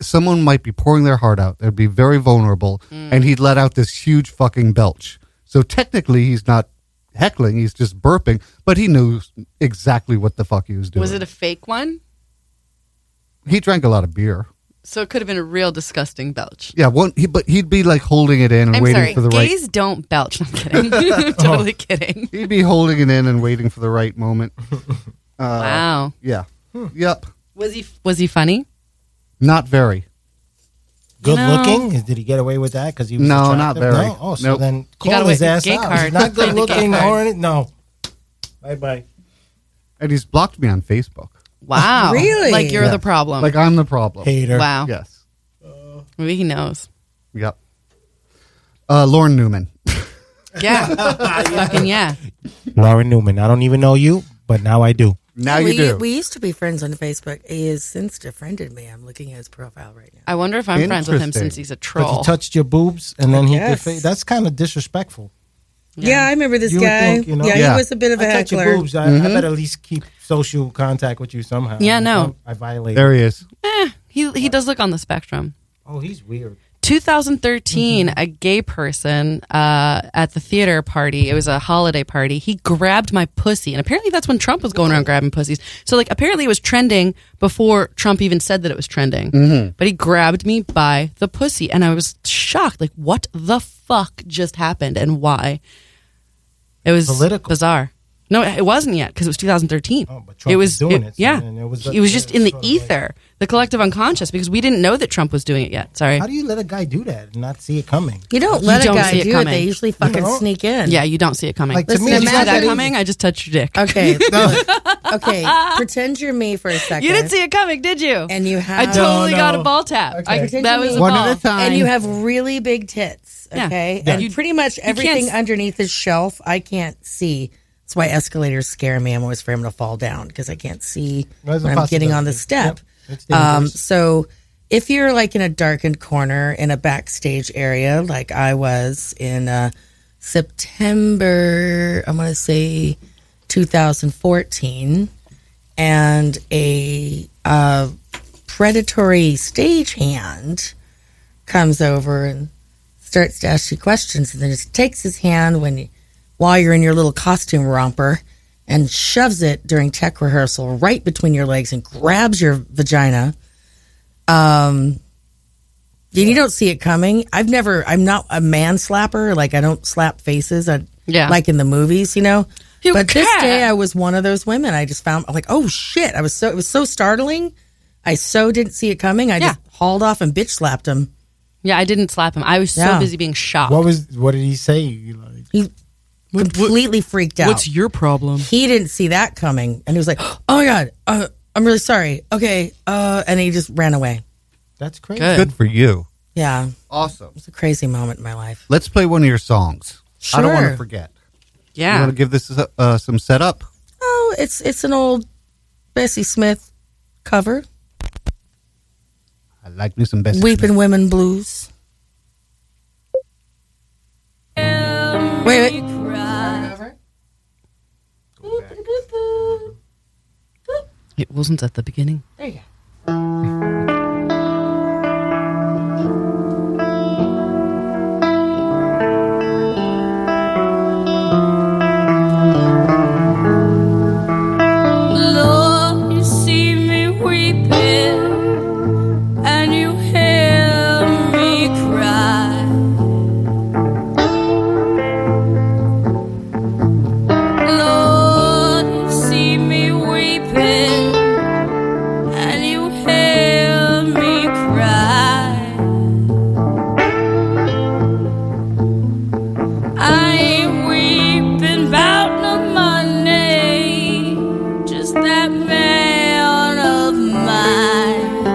[SPEAKER 2] Someone might be pouring their heart out; they'd be very vulnerable,
[SPEAKER 3] Mm.
[SPEAKER 2] and he'd let out this huge fucking belch. So technically, he's not heckling; he's just burping, but he knows exactly what the fuck he was doing.
[SPEAKER 3] Was it a fake one?
[SPEAKER 2] he drank a lot of beer.
[SPEAKER 3] So it could have been a real disgusting belch.
[SPEAKER 2] Yeah, one, he, but he'd be like holding it in and
[SPEAKER 3] I'm
[SPEAKER 2] waiting
[SPEAKER 3] sorry.
[SPEAKER 2] for the right Oh.
[SPEAKER 3] Gays don't belch. I'm
[SPEAKER 2] (laughs)
[SPEAKER 3] kidding. (laughs) I'm totally kidding.
[SPEAKER 2] He'd be holding it in and waiting for the right moment. Uh,
[SPEAKER 3] wow.
[SPEAKER 2] Yeah. Yep.
[SPEAKER 3] Was he was he funny?
[SPEAKER 2] Not very.
[SPEAKER 5] Good
[SPEAKER 3] No.
[SPEAKER 5] looking? Did he get away with that because he was
[SPEAKER 2] No,
[SPEAKER 5] attractive?
[SPEAKER 2] not very.
[SPEAKER 5] No? Oh, so
[SPEAKER 2] Nope.
[SPEAKER 5] then
[SPEAKER 3] got
[SPEAKER 5] call
[SPEAKER 3] away
[SPEAKER 5] his
[SPEAKER 3] with
[SPEAKER 5] ass
[SPEAKER 3] gay
[SPEAKER 5] out.
[SPEAKER 3] card. (laughs)
[SPEAKER 5] He's
[SPEAKER 3] Played
[SPEAKER 5] not
[SPEAKER 3] the
[SPEAKER 5] good
[SPEAKER 3] gay
[SPEAKER 5] looking
[SPEAKER 3] card.
[SPEAKER 5] or any- No. Bye bye.
[SPEAKER 2] And he's blocked me on Facebook.
[SPEAKER 3] (laughs) Wow.
[SPEAKER 4] Really?
[SPEAKER 3] Like you're
[SPEAKER 2] Yeah.
[SPEAKER 3] the problem.
[SPEAKER 2] Like I'm the problem.
[SPEAKER 5] Hater.
[SPEAKER 3] wow.
[SPEAKER 2] Yes.
[SPEAKER 3] Maybe he knows.
[SPEAKER 2] Yep. Uh, Lauren Newman.
[SPEAKER 3] Yeah. (laughs) Fucking yeah.
[SPEAKER 5] Lauren Newman. I don't even know you, but now I do.
[SPEAKER 2] Now
[SPEAKER 4] we,
[SPEAKER 2] you do.
[SPEAKER 4] We used to be friends on Facebook. He has since defriended me. I'm looking at his profile right now.
[SPEAKER 3] I wonder if I'm friends with him
[SPEAKER 2] Interesting.
[SPEAKER 3] since he's a
[SPEAKER 5] But
[SPEAKER 3] troll.
[SPEAKER 5] he touched your boobs and then he did
[SPEAKER 4] guess.
[SPEAKER 5] fa- That's kind of disrespectful.
[SPEAKER 4] Yeah, I remember this
[SPEAKER 5] You would
[SPEAKER 4] guy.
[SPEAKER 5] think, you know-
[SPEAKER 4] yeah,
[SPEAKER 2] Yeah.
[SPEAKER 4] he was a bit of a
[SPEAKER 5] I touch your
[SPEAKER 4] heckler.
[SPEAKER 5] boobs. I, I better at least keep social contact with you somehow.
[SPEAKER 3] Yeah, no.
[SPEAKER 5] I, I violate.
[SPEAKER 2] there he is.
[SPEAKER 3] Eh, he he does look on the spectrum.
[SPEAKER 5] Oh, he's weird.
[SPEAKER 3] 2013,
[SPEAKER 5] Mm-hmm.
[SPEAKER 3] a gay person uh, at the theater party. It was a holiday party. He grabbed my pussy, and apparently that's when Trump was going around grabbing pussies. So like, apparently it was trending before Trump even said that it was trending.
[SPEAKER 5] Mm-hmm.
[SPEAKER 3] But he grabbed me by the pussy, and I was shocked. Like, what the fuck just happened, and why? It was
[SPEAKER 5] Political.
[SPEAKER 3] bizarre. No, it wasn't yet because it was 2013.
[SPEAKER 5] Oh, but Trump
[SPEAKER 3] it
[SPEAKER 5] was
[SPEAKER 3] was
[SPEAKER 5] doing it, so
[SPEAKER 3] Yeah,
[SPEAKER 5] then it
[SPEAKER 3] it was,
[SPEAKER 5] was-
[SPEAKER 3] just in the
[SPEAKER 5] sort of like-
[SPEAKER 3] ether, the collective unconscious, because we didn't know that Trump was doing it yet. Sorry.
[SPEAKER 5] How do you let a guy do that and not see it coming?
[SPEAKER 4] You don't let
[SPEAKER 3] don't
[SPEAKER 4] a guy
[SPEAKER 3] see it
[SPEAKER 4] do it.
[SPEAKER 3] coming.
[SPEAKER 4] They usually fucking
[SPEAKER 5] know?
[SPEAKER 4] sneak in.
[SPEAKER 3] Yeah, you don't see it coming.
[SPEAKER 5] Like, to
[SPEAKER 4] Listen,
[SPEAKER 5] me,
[SPEAKER 3] did
[SPEAKER 5] it's
[SPEAKER 3] you see
[SPEAKER 5] not
[SPEAKER 4] imagine-
[SPEAKER 3] that
[SPEAKER 5] that
[SPEAKER 3] coming? I just touched your dick. (laughs)
[SPEAKER 4] Okay. look. okay. Pretend you're me for a second.
[SPEAKER 3] You didn't see it coming, did you?
[SPEAKER 4] And you
[SPEAKER 3] I
[SPEAKER 4] have.
[SPEAKER 3] totally
[SPEAKER 5] no.
[SPEAKER 3] got a ball tap.
[SPEAKER 5] Okay.
[SPEAKER 3] I,
[SPEAKER 5] Attention
[SPEAKER 3] that was
[SPEAKER 4] me.
[SPEAKER 3] a
[SPEAKER 2] One
[SPEAKER 3] ball.
[SPEAKER 2] at a time.
[SPEAKER 4] and you have really big tits.
[SPEAKER 3] Yeah.
[SPEAKER 4] Okay.
[SPEAKER 3] Yeah.
[SPEAKER 4] And
[SPEAKER 3] You-
[SPEAKER 4] pretty much everything
[SPEAKER 3] s-
[SPEAKER 4] underneath his shelf, I can't see. That's why escalators scare me. I'm always afraid I'm going to fall down because I can't see
[SPEAKER 5] There's a
[SPEAKER 4] when I'm getting on the
[SPEAKER 5] possibility.
[SPEAKER 4] step.
[SPEAKER 5] Yep. It's
[SPEAKER 4] Um,
[SPEAKER 5] dangerous.
[SPEAKER 4] so if you're like in a darkened corner in a backstage area, like I was in uh, September, I want to say 2014, and a uh, predatory stagehand comes over and starts to ask you questions, and then just takes his hand when you, while you're in your little costume romper and shoves it during tech rehearsal right between your legs and grabs your vagina. Um, and you don't see it coming. I've never. I'm not a man slapper. Like I don't slap faces. I,
[SPEAKER 3] Yeah.
[SPEAKER 4] Like in the movies, you know.
[SPEAKER 3] You
[SPEAKER 4] but this
[SPEAKER 3] can't.
[SPEAKER 4] day, I was one of those women. I just found I'm like, oh shit! I was so it was so startling. I so didn't see it coming. I just hauled off and bitch slapped him.
[SPEAKER 3] Yeah, I didn't slap him. I was so
[SPEAKER 4] Yeah.
[SPEAKER 3] busy being shocked.
[SPEAKER 5] What was? What did he say? You like-
[SPEAKER 4] He completely freaked out.
[SPEAKER 3] your problem?
[SPEAKER 4] he didn't see that coming and he was like oh my god uh, i'm really sorry okay uh, and he just ran away
[SPEAKER 5] That's crazy.
[SPEAKER 3] Good.
[SPEAKER 2] Good for you.
[SPEAKER 4] yeah it
[SPEAKER 2] Awesome.
[SPEAKER 4] was a crazy moment in my life
[SPEAKER 2] Let's play one of your songs. I don't want to
[SPEAKER 4] Sure.
[SPEAKER 2] forget. You
[SPEAKER 3] Yeah.
[SPEAKER 2] want to give this uh, some setup?
[SPEAKER 4] oh it's it's an old bessie smith cover
[SPEAKER 2] I like me some best.
[SPEAKER 4] weeping women blues wait wait
[SPEAKER 3] It wasn't at the beginning.
[SPEAKER 4] There you go.
[SPEAKER 6] Lord, you see me weeping, and you hear me cry. Lord, you see me weeping, and you hear me cry. I ain't weeping about no money, just that man of mine.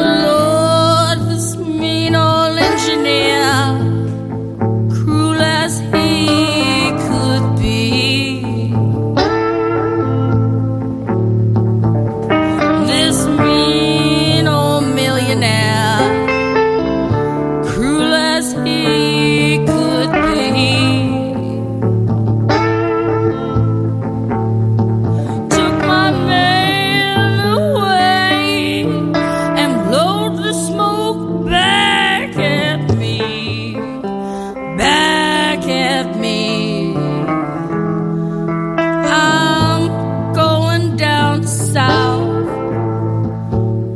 [SPEAKER 6] Lord, this mean old engineer, cruel as he could be. This mean old millionaire, cruel as he could be, took my man away and blowed the smoke back at me, back at me. I'm going down south.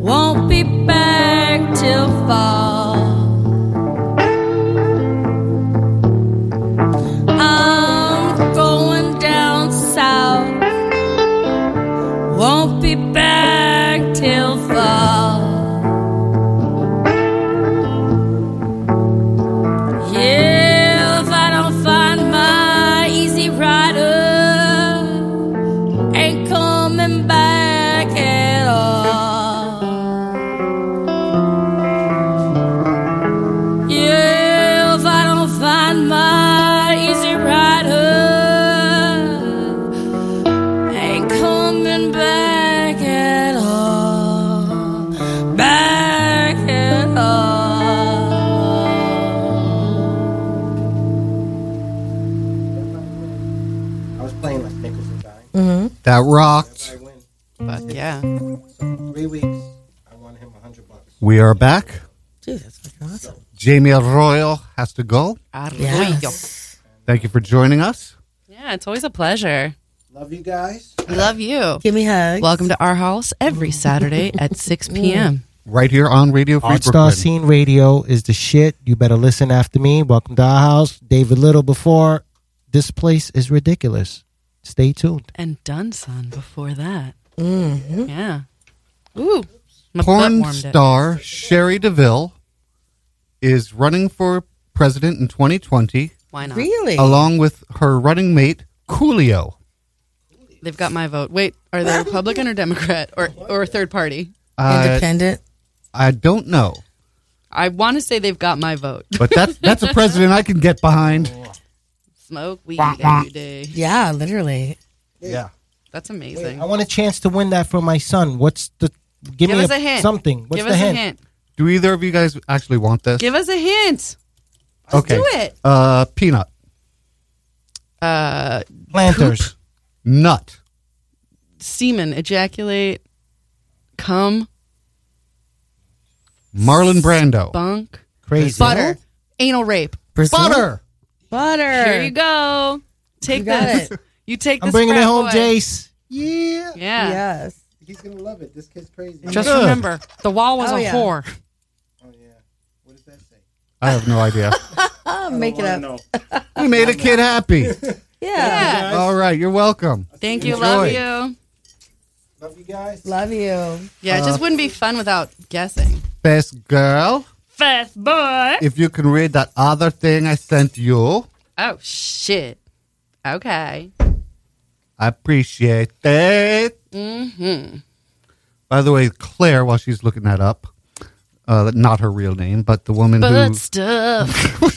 [SPEAKER 6] Won't be back till fall. I'm going down south. Won't be back till fall. Yeah, if I don't find my easy rider ain't coming back at all. Yeah, if I don't find my easy rider, ain't coming back at all. Back at all.
[SPEAKER 7] I was playing like Nicholson dying.
[SPEAKER 2] That rocked.
[SPEAKER 7] I win.
[SPEAKER 3] But yeah.
[SPEAKER 7] Three weeks, I won him a hundred bucks.
[SPEAKER 2] We are back.
[SPEAKER 4] Dude, that's fucking awesome.
[SPEAKER 2] Jamie Royal has to go.
[SPEAKER 4] Yes.
[SPEAKER 2] Thank you for joining us.
[SPEAKER 3] Yeah, it's always a pleasure.
[SPEAKER 7] Love you guys.
[SPEAKER 3] We love you.
[SPEAKER 4] Give me hugs.
[SPEAKER 3] Welcome to our house every Saturday
[SPEAKER 4] (laughs)
[SPEAKER 3] at 6
[SPEAKER 4] Mm.
[SPEAKER 3] p.m.
[SPEAKER 2] Right here on Radio Free
[SPEAKER 5] Art Star
[SPEAKER 2] Brooklyn.
[SPEAKER 5] Scene Radio is the shit. You better listen after me. Welcome to our house. David Little before. This place is ridiculous. Stay tuned.
[SPEAKER 3] And Dunson before that. Mm-hmm. Yeah. Ooh. My butt
[SPEAKER 2] Porn
[SPEAKER 3] warmed it.
[SPEAKER 2] star Sherry DeVille is running for president in 2020,
[SPEAKER 3] Why not?
[SPEAKER 4] Really?
[SPEAKER 2] along with her running mate Coolio.
[SPEAKER 3] They've got my vote. Wait, are they Republican or Democrat or, or third party?
[SPEAKER 2] Uh,
[SPEAKER 4] Independent.
[SPEAKER 2] I don't know,
[SPEAKER 3] I want to say they've got my vote.
[SPEAKER 2] but that's that's a president I can get behind.
[SPEAKER 3] Smoke weed every day.
[SPEAKER 4] Yeah, literally.
[SPEAKER 2] Yeah.
[SPEAKER 3] That's
[SPEAKER 5] Wait,
[SPEAKER 3] amazing.
[SPEAKER 5] I want a chance to win that for my son. What's the? Give,
[SPEAKER 3] Give
[SPEAKER 5] me
[SPEAKER 3] us a hint.
[SPEAKER 5] Something. What's
[SPEAKER 3] Give
[SPEAKER 5] the
[SPEAKER 3] us
[SPEAKER 5] hint?
[SPEAKER 3] a hint.
[SPEAKER 2] Do either of you guys actually want this?
[SPEAKER 3] Give us a hint.
[SPEAKER 2] okay.
[SPEAKER 3] do it.
[SPEAKER 2] Uh, peanut,
[SPEAKER 3] Uh,
[SPEAKER 5] Planters.
[SPEAKER 2] nut,
[SPEAKER 3] semen, ejaculate, cum,
[SPEAKER 2] Marlon Brando,
[SPEAKER 3] bunk,
[SPEAKER 5] Crazy.
[SPEAKER 3] butter, anal rape.
[SPEAKER 4] Brazil?
[SPEAKER 5] Butter.
[SPEAKER 4] Butter.
[SPEAKER 3] There you go. Take
[SPEAKER 4] You got
[SPEAKER 3] this.
[SPEAKER 4] it.
[SPEAKER 3] You take this.
[SPEAKER 5] I'm bringing it
[SPEAKER 3] frat
[SPEAKER 5] home,
[SPEAKER 3] boy.
[SPEAKER 5] Jace. Yeah.
[SPEAKER 3] Yeah.
[SPEAKER 4] Yes.
[SPEAKER 7] He's gonna love it. This kid's crazy.
[SPEAKER 3] Just
[SPEAKER 2] Good.
[SPEAKER 3] remember, the wall was
[SPEAKER 4] Oh,
[SPEAKER 3] a
[SPEAKER 4] yeah.
[SPEAKER 3] whore.
[SPEAKER 7] Oh yeah. What does that say?
[SPEAKER 2] I have no idea.
[SPEAKER 4] Oh, make it
[SPEAKER 7] I
[SPEAKER 4] up.
[SPEAKER 7] don't know.
[SPEAKER 2] we made a kid happy.
[SPEAKER 4] Yeah.
[SPEAKER 3] Yeah.
[SPEAKER 2] All right, you're welcome.
[SPEAKER 3] Thank you.
[SPEAKER 2] Enjoy.
[SPEAKER 3] Love you.
[SPEAKER 7] Love you guys.
[SPEAKER 4] Love you.
[SPEAKER 3] Yeah, it just
[SPEAKER 2] Uh,
[SPEAKER 3] wouldn't be fun without guessing.
[SPEAKER 2] Best girl,
[SPEAKER 6] Fast boy.
[SPEAKER 2] if you can read that other thing I sent you,
[SPEAKER 3] Oh, shit. Okay.
[SPEAKER 2] I appreciate it.
[SPEAKER 3] Mm-hmm.
[SPEAKER 2] By the way, Claire, while she's looking that up, uh, not her real name, but the woman
[SPEAKER 3] But stuff.
[SPEAKER 2] who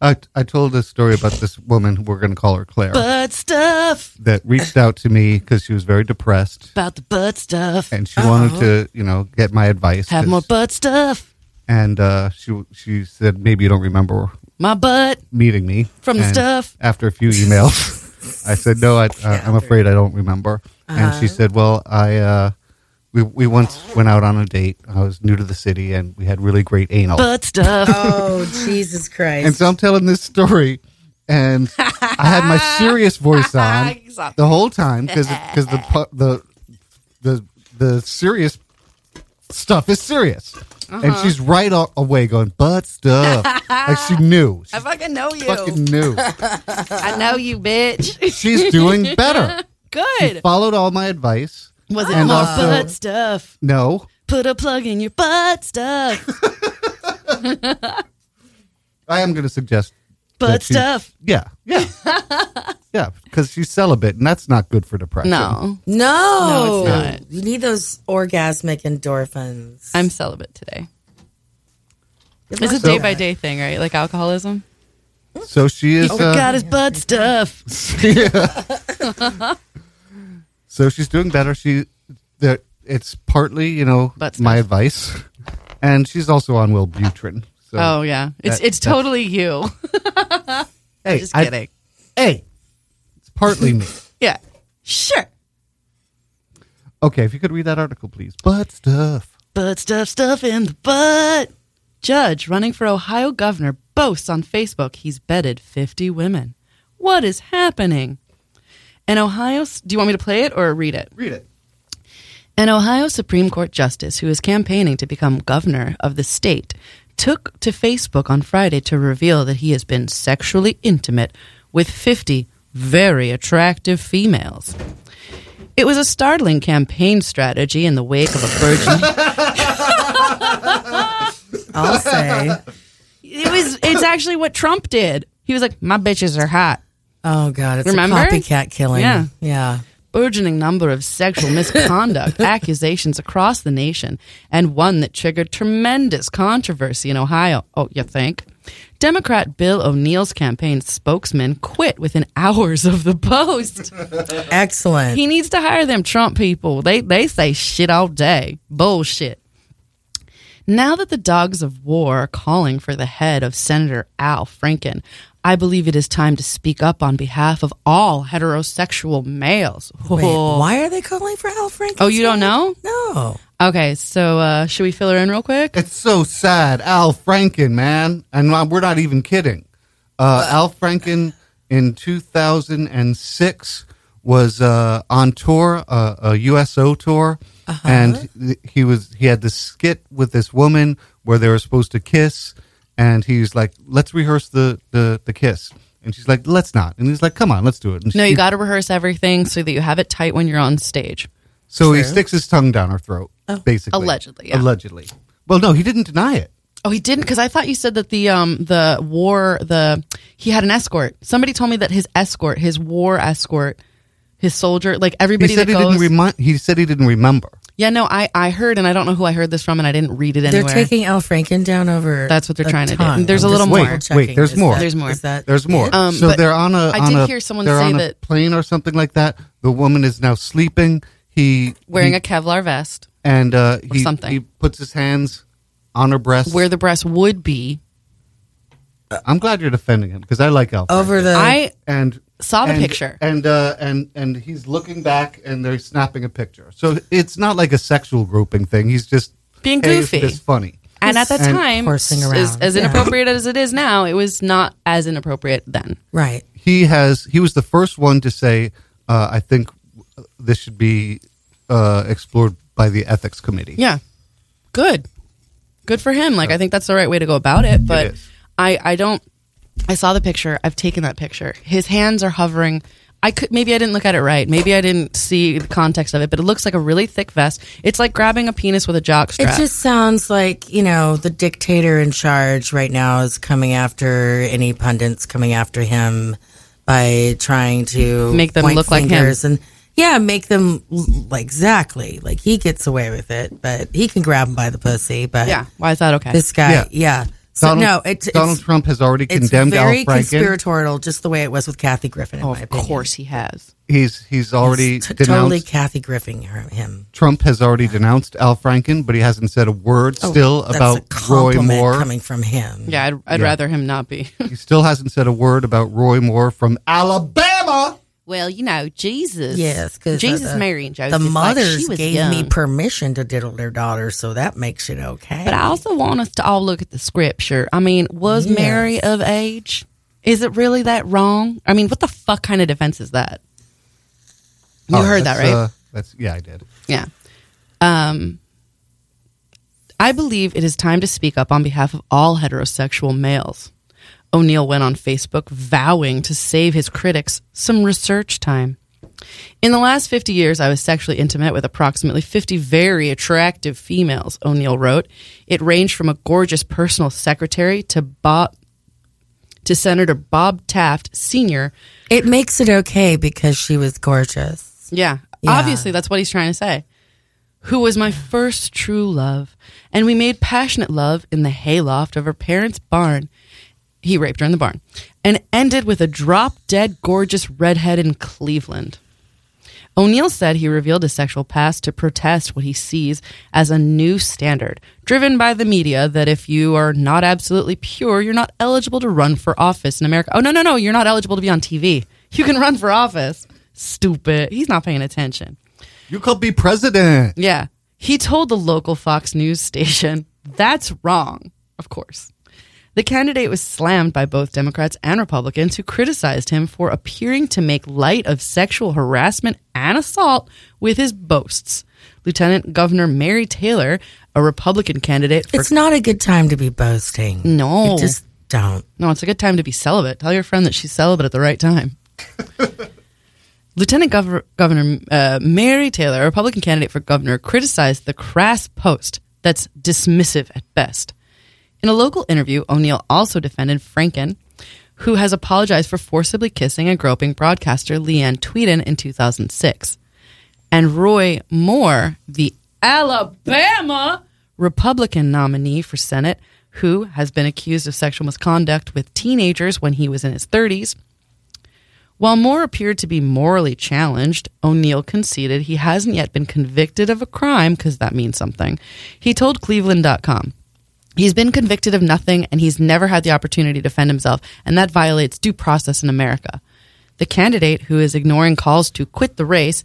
[SPEAKER 2] I, I told a story about this woman. We're going to call her Claire
[SPEAKER 3] But stuff.
[SPEAKER 2] that reached out to me because she was very depressed
[SPEAKER 3] About the butt stuff.
[SPEAKER 2] and she wanted to, you know, get my advice.
[SPEAKER 3] Uh-huh. Have more
[SPEAKER 2] 'cause-
[SPEAKER 3] butt stuff.
[SPEAKER 2] and uh, she she said maybe you don't remember
[SPEAKER 3] my butt.
[SPEAKER 2] meeting me
[SPEAKER 3] From the
[SPEAKER 2] and
[SPEAKER 3] stuff.
[SPEAKER 2] After a few emails, (laughs) I said, "No, I, uh, I'm afraid I don't remember." And
[SPEAKER 3] Uh-huh.
[SPEAKER 2] she said, "Well, I uh, we we once went out on a date. I was new to the city, and we had really great anal."
[SPEAKER 3] Butt stuff.
[SPEAKER 4] Oh, Jesus Christ.
[SPEAKER 2] and so I'm telling this story, and I had my serious
[SPEAKER 3] (laughs)
[SPEAKER 2] voice on the whole time because because the pu- the the the serious stuff is serious,
[SPEAKER 3] Uh-huh.
[SPEAKER 2] and she's right a- away going butt stuff like she knew. She
[SPEAKER 3] (laughs) I fucking know you.
[SPEAKER 2] Fucking knew
[SPEAKER 3] I know you, bitch.
[SPEAKER 2] she's doing better.
[SPEAKER 3] (laughs) Good.
[SPEAKER 2] Followed all my advice.
[SPEAKER 3] Was it
[SPEAKER 2] And
[SPEAKER 3] my
[SPEAKER 2] also-
[SPEAKER 3] butt stuff?
[SPEAKER 2] No,
[SPEAKER 3] Put a plug in your butt
[SPEAKER 2] (laughs)
[SPEAKER 3] stuff.
[SPEAKER 2] I am going to suggest
[SPEAKER 3] Butt
[SPEAKER 2] that she's-
[SPEAKER 3] stuff.
[SPEAKER 2] Yeah,
[SPEAKER 3] (laughs)
[SPEAKER 2] yeah, yeah, because she's celibate, and that's not good for depression.
[SPEAKER 3] No,
[SPEAKER 4] no.
[SPEAKER 3] No, it's not.
[SPEAKER 4] You need those orgasmic endorphins.
[SPEAKER 3] I'm celibate today. It's a day by day thing, right? Like alcoholism.
[SPEAKER 2] So she is.
[SPEAKER 3] Oh
[SPEAKER 2] uh,
[SPEAKER 3] my god, it's butt stuff.
[SPEAKER 2] So she's doing better. She, there, it's partly you know
[SPEAKER 3] Butt stuff.
[SPEAKER 2] my advice, (laughs) and she's also on Wellbutrin. So,
[SPEAKER 3] Oh yeah, it's
[SPEAKER 2] That-
[SPEAKER 3] it's totally you.
[SPEAKER 2] (laughs) hey,
[SPEAKER 3] Just
[SPEAKER 2] I-
[SPEAKER 3] kidding.
[SPEAKER 2] hey, it's partly
[SPEAKER 3] (laughs)
[SPEAKER 2] me.
[SPEAKER 3] Yeah, sure.
[SPEAKER 2] Okay, if you could read that article, please. Butt stuff.
[SPEAKER 3] Butt stuff, stuff in the butt. Judge running for Ohio governor boasts on Facebook he's bedded 50 women. What is happening? An Ohio. s- Do you want me to play it or read it?
[SPEAKER 2] Read it.
[SPEAKER 3] An Ohio Supreme Court justice who is campaigning to become governor of the state took to Facebook on Friday to reveal that he has been sexually intimate with 50 very attractive females. It was a startling campaign strategy in the wake of a burgeoning (laughs)
[SPEAKER 4] I'll say.
[SPEAKER 3] It was. It's actually what Trump did. He was like, "My bitches are hot."
[SPEAKER 4] Oh God, it's
[SPEAKER 3] Remember?
[SPEAKER 4] a copycat killing.
[SPEAKER 3] Yeah.
[SPEAKER 4] yeah.
[SPEAKER 3] Burgeoning number of sexual misconduct accusations across the nation, and one that triggered tremendous controversy in Ohio. Oh, you think? Democrat Bill O'Neill's campaign spokesman quit within (laughs) hours of the post.
[SPEAKER 4] Excellent.
[SPEAKER 3] He needs to hire them Trump people. They they say shit all day. Bullshit. Now that the dogs of war are calling for the head of Senator Al Franken, I believe it is time to speak up on behalf of all heterosexual males.
[SPEAKER 4] Wait,
[SPEAKER 3] Oh.
[SPEAKER 4] why are they calling for Al Franken?
[SPEAKER 3] Oh, you don't know?
[SPEAKER 4] No.
[SPEAKER 3] Okay, so uh, should we fill her in real quick?
[SPEAKER 2] It's so sad. Al Franken, man. And uh, we're not even kidding. Uh, Al Franken in 2006 was uh, on tour, uh, a USO tour.
[SPEAKER 3] Uh-huh.
[SPEAKER 2] And th- he was he had this skit with this woman where they were supposed to kiss. And he's like, let's rehearse the, the, the kiss. And she's like, let's not. And he's like, come on, let's do it. And
[SPEAKER 3] No,
[SPEAKER 2] she-
[SPEAKER 3] you got to rehearse everything so that you have it tight when you're on stage.
[SPEAKER 2] So he sticks his tongue down her throat, basically.
[SPEAKER 3] Oh, Allegedly, yeah.
[SPEAKER 2] Allegedly. Well, no, he didn't deny it.
[SPEAKER 3] Oh, he didn't because I thought you said that the um the war the he had an escort. Somebody told me that his escort, his war escort, his soldier, like
[SPEAKER 2] He
[SPEAKER 3] everybody
[SPEAKER 2] said
[SPEAKER 3] that
[SPEAKER 2] he
[SPEAKER 3] goes.
[SPEAKER 2] didn't remind. He said he didn't remember.
[SPEAKER 3] yeah, no, I I heard and I don't know who I heard this from and I didn't read it
[SPEAKER 4] They're
[SPEAKER 3] anywhere.
[SPEAKER 4] taking Al Franken down over.
[SPEAKER 3] That's what they're
[SPEAKER 4] a
[SPEAKER 3] trying to do.
[SPEAKER 4] tongue.
[SPEAKER 3] There's a
[SPEAKER 4] I'm
[SPEAKER 3] little
[SPEAKER 4] just
[SPEAKER 3] more.
[SPEAKER 4] double
[SPEAKER 2] Wait, wait,
[SPEAKER 4] checking.
[SPEAKER 2] there's
[SPEAKER 4] Is
[SPEAKER 2] more.
[SPEAKER 4] that-
[SPEAKER 3] There's more.
[SPEAKER 4] is that
[SPEAKER 2] There's more.
[SPEAKER 4] it?
[SPEAKER 3] Um,
[SPEAKER 2] so
[SPEAKER 3] but
[SPEAKER 2] they're on a.
[SPEAKER 3] I
[SPEAKER 2] on
[SPEAKER 3] did
[SPEAKER 2] a-
[SPEAKER 3] hear someone
[SPEAKER 2] they're
[SPEAKER 3] say
[SPEAKER 2] on a
[SPEAKER 3] that-
[SPEAKER 2] plane or something like that. The woman is now sleeping. He
[SPEAKER 3] Wearing
[SPEAKER 2] he-
[SPEAKER 3] a Kevlar vest
[SPEAKER 2] and uh, he
[SPEAKER 3] something.
[SPEAKER 2] He puts his hands on her breast.
[SPEAKER 3] where the breast would be.
[SPEAKER 2] I'm glad you're defending him because I like Al. Franken.
[SPEAKER 4] over the.
[SPEAKER 3] I
[SPEAKER 2] and
[SPEAKER 3] Saw the
[SPEAKER 2] Uh, and-
[SPEAKER 3] picture.
[SPEAKER 2] and uh, and and he's looking back and they're snapping a picture. So it's not like a sexual groping thing. He's just
[SPEAKER 3] Being
[SPEAKER 2] hey, isn't
[SPEAKER 3] goofy.
[SPEAKER 2] this funny.
[SPEAKER 3] and at that
[SPEAKER 2] And
[SPEAKER 3] time,
[SPEAKER 4] horsing
[SPEAKER 3] s-
[SPEAKER 4] around.
[SPEAKER 3] as, as
[SPEAKER 4] Yeah.
[SPEAKER 3] inappropriate as it is now, it was not as inappropriate then.
[SPEAKER 4] right.
[SPEAKER 2] he has he was the first one to say uh, i think this should be uh, explored by the ethics committee
[SPEAKER 3] Yeah. Good. Good for him. Like I think that's the right way to go about it, but
[SPEAKER 2] is.
[SPEAKER 3] I I don't I saw the picture. I've taken that picture. His hands are hovering. I could maybe I didn't look at it right. Maybe I didn't see the context of it, but it looks like a really thick vest. It's like grabbing a penis with a jock strap.
[SPEAKER 4] It just sounds like, you know, the dictator in charge right now is coming after any pundits coming after him by trying to
[SPEAKER 3] Make them
[SPEAKER 4] point
[SPEAKER 3] look like him.
[SPEAKER 4] fingers And yeah, make them like exactly like he gets away with it, but he can grab him by the pussy. But
[SPEAKER 3] yeah. Why is that okay?
[SPEAKER 4] this guy,
[SPEAKER 2] Yeah.
[SPEAKER 4] yeah. So,
[SPEAKER 2] Donald-
[SPEAKER 4] no, it's, it's
[SPEAKER 2] Donald Trump has already
[SPEAKER 4] it's
[SPEAKER 2] condemned Al
[SPEAKER 4] very
[SPEAKER 2] Franken.
[SPEAKER 4] conspiratorial, just the way it was with Kathy Griffin. In my
[SPEAKER 8] of
[SPEAKER 4] opinion.
[SPEAKER 8] course he has.
[SPEAKER 2] He's he's already
[SPEAKER 4] It's t-
[SPEAKER 2] denounced.
[SPEAKER 4] totally Kathy Griffin her- him.
[SPEAKER 2] Trump has already denounced Al Franken, but he hasn't said a word still
[SPEAKER 4] Oh, That's
[SPEAKER 2] about
[SPEAKER 4] a
[SPEAKER 2] Roy
[SPEAKER 4] compliment
[SPEAKER 2] Moore.
[SPEAKER 4] coming from him.
[SPEAKER 3] Yeah, I'd, I'd
[SPEAKER 2] Yeah.
[SPEAKER 3] rather him not be.
[SPEAKER 2] He still hasn't said a word about Roy Moore from Alabama.
[SPEAKER 8] Well, you know, Jesus.
[SPEAKER 4] Yes, because
[SPEAKER 8] Jesus, Mary, and Joseph.
[SPEAKER 4] The
[SPEAKER 8] like,
[SPEAKER 4] mothers
[SPEAKER 8] she was
[SPEAKER 4] gave
[SPEAKER 8] young.
[SPEAKER 4] me permission to diddle their daughters, so that makes it okay.
[SPEAKER 3] But I also want us to all look at the scripture. I mean, was
[SPEAKER 4] Yes.
[SPEAKER 3] Mary of age? Is it really that wrong? I mean, what the fuck kind of defense is that? You
[SPEAKER 2] Oh,
[SPEAKER 3] heard that,
[SPEAKER 2] that's,
[SPEAKER 3] right?
[SPEAKER 2] uh, that's yeah, I did.
[SPEAKER 3] yeah. Um, I believe it is time to speak up on behalf of all heterosexual males. O'Neill went on Facebook vowing to save his critics some research time. In the last 50 years, I was sexually intimate with approximately 50 very attractive females, O'Neill wrote. It ranged from a gorgeous personal secretary to Bob to Senator Bob Taft Sr.
[SPEAKER 4] it makes it okay because she was gorgeous.
[SPEAKER 3] Yeah.
[SPEAKER 4] Yeah.
[SPEAKER 3] Obviously, that's what he's trying to say. Who was my first true love, and we made passionate love in the hayloft of her parents' barn. He raped her in the barn, and ended with a drop dead gorgeous redhead in Cleveland. O'Neill said he revealed his sexual past to protest what he sees as a new standard, driven by the media that if you are not absolutely pure, you're not eligible to run for office in America. Oh, no, no, no, you're not eligible to be on TV. You can run for office. Stupid. He's not paying attention.
[SPEAKER 2] You could be president.
[SPEAKER 3] Yeah. He told the local Fox News station, that's wrong, of course. The candidate was slammed by both Democrats and Republicans who criticized him for appearing to make light of sexual harassment and assault with his boasts. Lieutenant Governor Mary Taylor, a Republican candidate for
[SPEAKER 4] It's not a good time to be boasting.
[SPEAKER 3] No.
[SPEAKER 4] You just don't.
[SPEAKER 3] No, it's a good time to be celibate. Tell your friend that she's celibate at the right time. Lieutenant Gov- Governor uh, Mary Taylor, a Republican candidate for governor, criticized the crass post that's dismissive at best. In a local interview, O'Neill also defended Franken, who has apologized for forcibly kissing and groping broadcaster Leanne Tweeden in 2006 and Roy Moore, the Alabama Republican nominee for Senate, who has been accused of sexual misconduct with teenagers when he was in his 30s. While Moore appeared to be morally challenged, O'Neill conceded he hasn't yet been convicted of a crime because that means something. He told Cleveland.com. He's been convicted of nothing and he's never had the opportunity to defend himself, and that violates due process in America. The candidate who is ignoring calls to quit the race,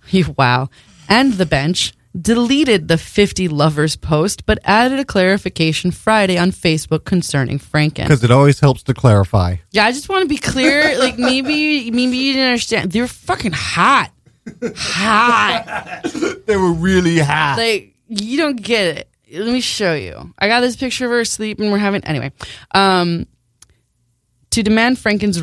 [SPEAKER 3] (laughs) wow, and the bench deleted the 50 lovers post but added a clarification Friday on Facebook concerning Franken.
[SPEAKER 2] Because it always helps to clarify.
[SPEAKER 3] Yeah, I just want to be clear. Like maybe maybe you didn't understand. They're fucking hot. Hot.
[SPEAKER 2] They were really hot.
[SPEAKER 3] Like you don't get it. Let me show you. I got this picture of her asleep and we're having anyway. Um to demand Franken's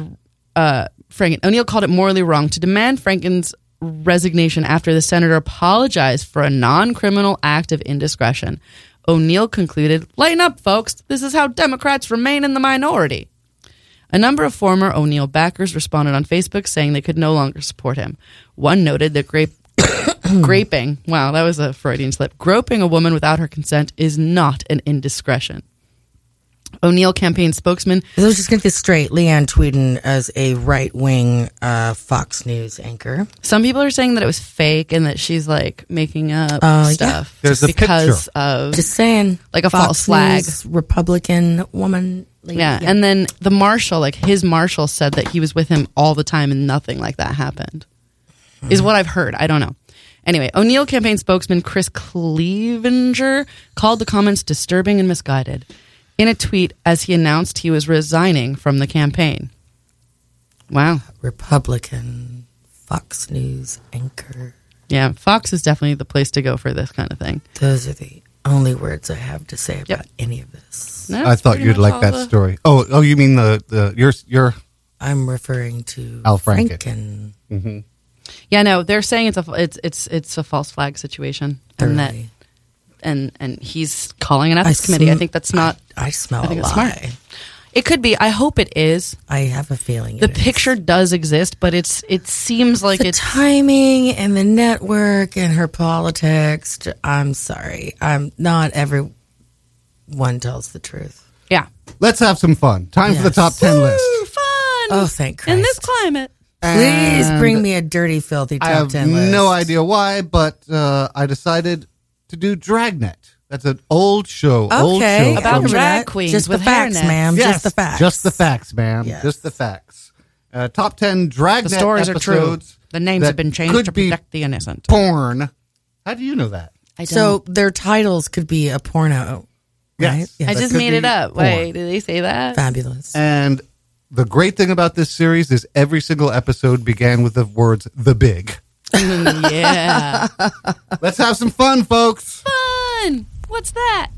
[SPEAKER 3] uh Franken O'Neill called it morally wrong to demand Franken's resignation after the senator apologized for a non-criminal act of indiscretion. O'Neill concluded, "Lighten up, folks. This is how Democrats remain in the minority." A number of former O'Neill backers responded on Facebook saying they could no longer support him. One noted that grape, graping, wow, that was a Freudian slip, groping a woman without her consent is not an indiscretion. O'Neill campaign spokesman,
[SPEAKER 4] Let's just get this straight. Leanne Tweeden as a right wing uh, Fox News anchor.
[SPEAKER 3] some people are saying that it was fake and that she's like making up
[SPEAKER 4] Oh, yeah.
[SPEAKER 3] stuff
[SPEAKER 2] There's
[SPEAKER 3] just
[SPEAKER 2] a
[SPEAKER 3] because
[SPEAKER 2] picture.
[SPEAKER 3] of
[SPEAKER 4] Just saying.
[SPEAKER 3] Like a
[SPEAKER 4] Fox
[SPEAKER 3] false flag.
[SPEAKER 4] News Republican woman. lady.
[SPEAKER 3] yeah. And then the marshal, like his marshal, said that he was with him all the time and nothing like that happened, is what I've heard. I don't know. Anyway, O'Neill campaign spokesman Chris Clevenger called the comments disturbing and misguided in a tweet as he announced he was resigning from the campaign. Wow.
[SPEAKER 4] Republican Fox News anchor.
[SPEAKER 3] Yeah. Fox is definitely the place to go for this kind of thing.
[SPEAKER 4] Those are the only words I have to say about
[SPEAKER 3] Yep.
[SPEAKER 4] any of this.
[SPEAKER 3] That's
[SPEAKER 2] I thought
[SPEAKER 3] pretty
[SPEAKER 2] you'd
[SPEAKER 3] much
[SPEAKER 2] like
[SPEAKER 3] all
[SPEAKER 2] that
[SPEAKER 3] the-
[SPEAKER 2] story. Oh, oh, you mean the the your your
[SPEAKER 4] I'm referring to
[SPEAKER 2] Al Franken.
[SPEAKER 3] Yeah, no, they're saying it's a it's it's it's a false flag situation, and that
[SPEAKER 4] Thoroughly.
[SPEAKER 3] and and he's calling an ethics committee. I
[SPEAKER 4] sm-
[SPEAKER 3] think that's not.
[SPEAKER 4] I, I smell
[SPEAKER 3] I think
[SPEAKER 4] a
[SPEAKER 3] it's
[SPEAKER 4] lie.
[SPEAKER 3] smart. It could be. I hope it is.
[SPEAKER 4] I have a feeling
[SPEAKER 3] The
[SPEAKER 4] it is.
[SPEAKER 3] picture does exist, but it's it seems like
[SPEAKER 4] the
[SPEAKER 3] it's
[SPEAKER 4] timing and the network and her politics. j- I'm sorry. I'm not everyone tells the truth.
[SPEAKER 3] Yeah.
[SPEAKER 2] Let's have some fun. Time for the
[SPEAKER 4] Yes.
[SPEAKER 2] top 10 list.
[SPEAKER 3] Fun.
[SPEAKER 4] Oh, thank Christ.
[SPEAKER 3] In this climate.
[SPEAKER 4] Please
[SPEAKER 2] And
[SPEAKER 4] bring me a dirty, filthy top
[SPEAKER 2] I have
[SPEAKER 4] 10 list.
[SPEAKER 2] no idea why, but uh, I decided to do Dragnet. That's an old show. Old
[SPEAKER 4] Okay.
[SPEAKER 2] show
[SPEAKER 4] I
[SPEAKER 3] About
[SPEAKER 4] remember
[SPEAKER 3] drag
[SPEAKER 4] that.
[SPEAKER 3] queens
[SPEAKER 4] Just
[SPEAKER 3] with
[SPEAKER 4] the facts,
[SPEAKER 3] hairnets.
[SPEAKER 4] ma'am.
[SPEAKER 2] Yes,
[SPEAKER 4] Just the facts.
[SPEAKER 2] Just the facts, ma'am.
[SPEAKER 4] Yes.
[SPEAKER 2] Just the facts. Uh, top 10 Dragnet
[SPEAKER 3] The stories are true.
[SPEAKER 2] episodes
[SPEAKER 3] The names
[SPEAKER 2] that
[SPEAKER 3] have been changed
[SPEAKER 2] could
[SPEAKER 3] to
[SPEAKER 2] be
[SPEAKER 3] protect the innocent.
[SPEAKER 2] porn. How do you know that?
[SPEAKER 8] I don't.
[SPEAKER 4] So their titles could be a porno. Right?
[SPEAKER 2] Yes.
[SPEAKER 4] Yeah.
[SPEAKER 8] I
[SPEAKER 2] that
[SPEAKER 8] just
[SPEAKER 2] could
[SPEAKER 8] made it
[SPEAKER 2] be
[SPEAKER 8] up.
[SPEAKER 2] porn.
[SPEAKER 8] Wait, did they say that?
[SPEAKER 4] Fabulous.
[SPEAKER 2] And the great thing about this series is every single episode began with the words "the big."
[SPEAKER 3] (laughs) yeah.
[SPEAKER 2] Let's have some fun, folks.
[SPEAKER 3] Fun. What's that?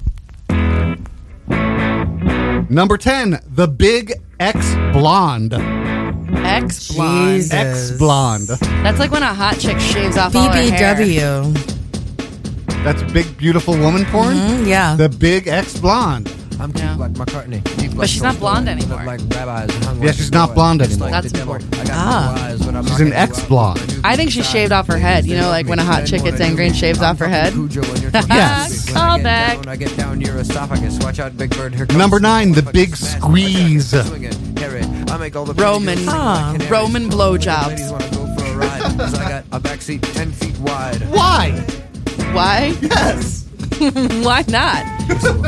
[SPEAKER 2] Number ten, the big X blonde,
[SPEAKER 3] X blonde.
[SPEAKER 2] X
[SPEAKER 4] Jeez. Yes.
[SPEAKER 2] blonde.
[SPEAKER 3] That's like when a hot chick shaves off all her hair.
[SPEAKER 4] BBW.
[SPEAKER 2] That's big beautiful woman porn.
[SPEAKER 4] Mm, yeah.
[SPEAKER 2] The big X blonde.
[SPEAKER 9] I'm
[SPEAKER 3] Yeah.
[SPEAKER 9] cute like McCartney. Deep
[SPEAKER 3] But
[SPEAKER 9] like
[SPEAKER 3] she's not
[SPEAKER 9] Rolling
[SPEAKER 3] blonde
[SPEAKER 9] Stone. Look
[SPEAKER 3] anymore.
[SPEAKER 9] Like rabbis hung
[SPEAKER 2] Yeah,
[SPEAKER 9] like
[SPEAKER 2] she's
[SPEAKER 9] the
[SPEAKER 2] not
[SPEAKER 9] devil.
[SPEAKER 2] blonde
[SPEAKER 9] It's like
[SPEAKER 2] anymore.
[SPEAKER 9] the
[SPEAKER 3] That's
[SPEAKER 9] devil.
[SPEAKER 3] important.
[SPEAKER 9] I got
[SPEAKER 4] Ah.
[SPEAKER 9] blue eyes when I'm
[SPEAKER 2] She's
[SPEAKER 9] knocking
[SPEAKER 2] an
[SPEAKER 9] you
[SPEAKER 2] X
[SPEAKER 9] out.
[SPEAKER 2] blonde.
[SPEAKER 3] I think she shaved off her head. You know, like when a hot chick gets angry and shaves off her head. (laughs)
[SPEAKER 2] Yes.
[SPEAKER 9] When I get
[SPEAKER 3] Callback.
[SPEAKER 9] down, I get down your esophagus. Watch out, Big Bird. Here comes
[SPEAKER 2] Number nine, the
[SPEAKER 9] motherfucking
[SPEAKER 2] big
[SPEAKER 9] smash. Watch out,
[SPEAKER 2] squeeze.
[SPEAKER 9] swing it, hit it. I make all the pretty
[SPEAKER 3] Roman.
[SPEAKER 9] girls sing
[SPEAKER 4] Ah.
[SPEAKER 9] canaries.
[SPEAKER 3] Roman blowjobs.
[SPEAKER 9] Ladies wanna go for a ride, 'cause I got a backseat 10 feet wide.
[SPEAKER 2] Why?
[SPEAKER 3] Why?
[SPEAKER 2] Yes.
[SPEAKER 3] (laughs) Why not?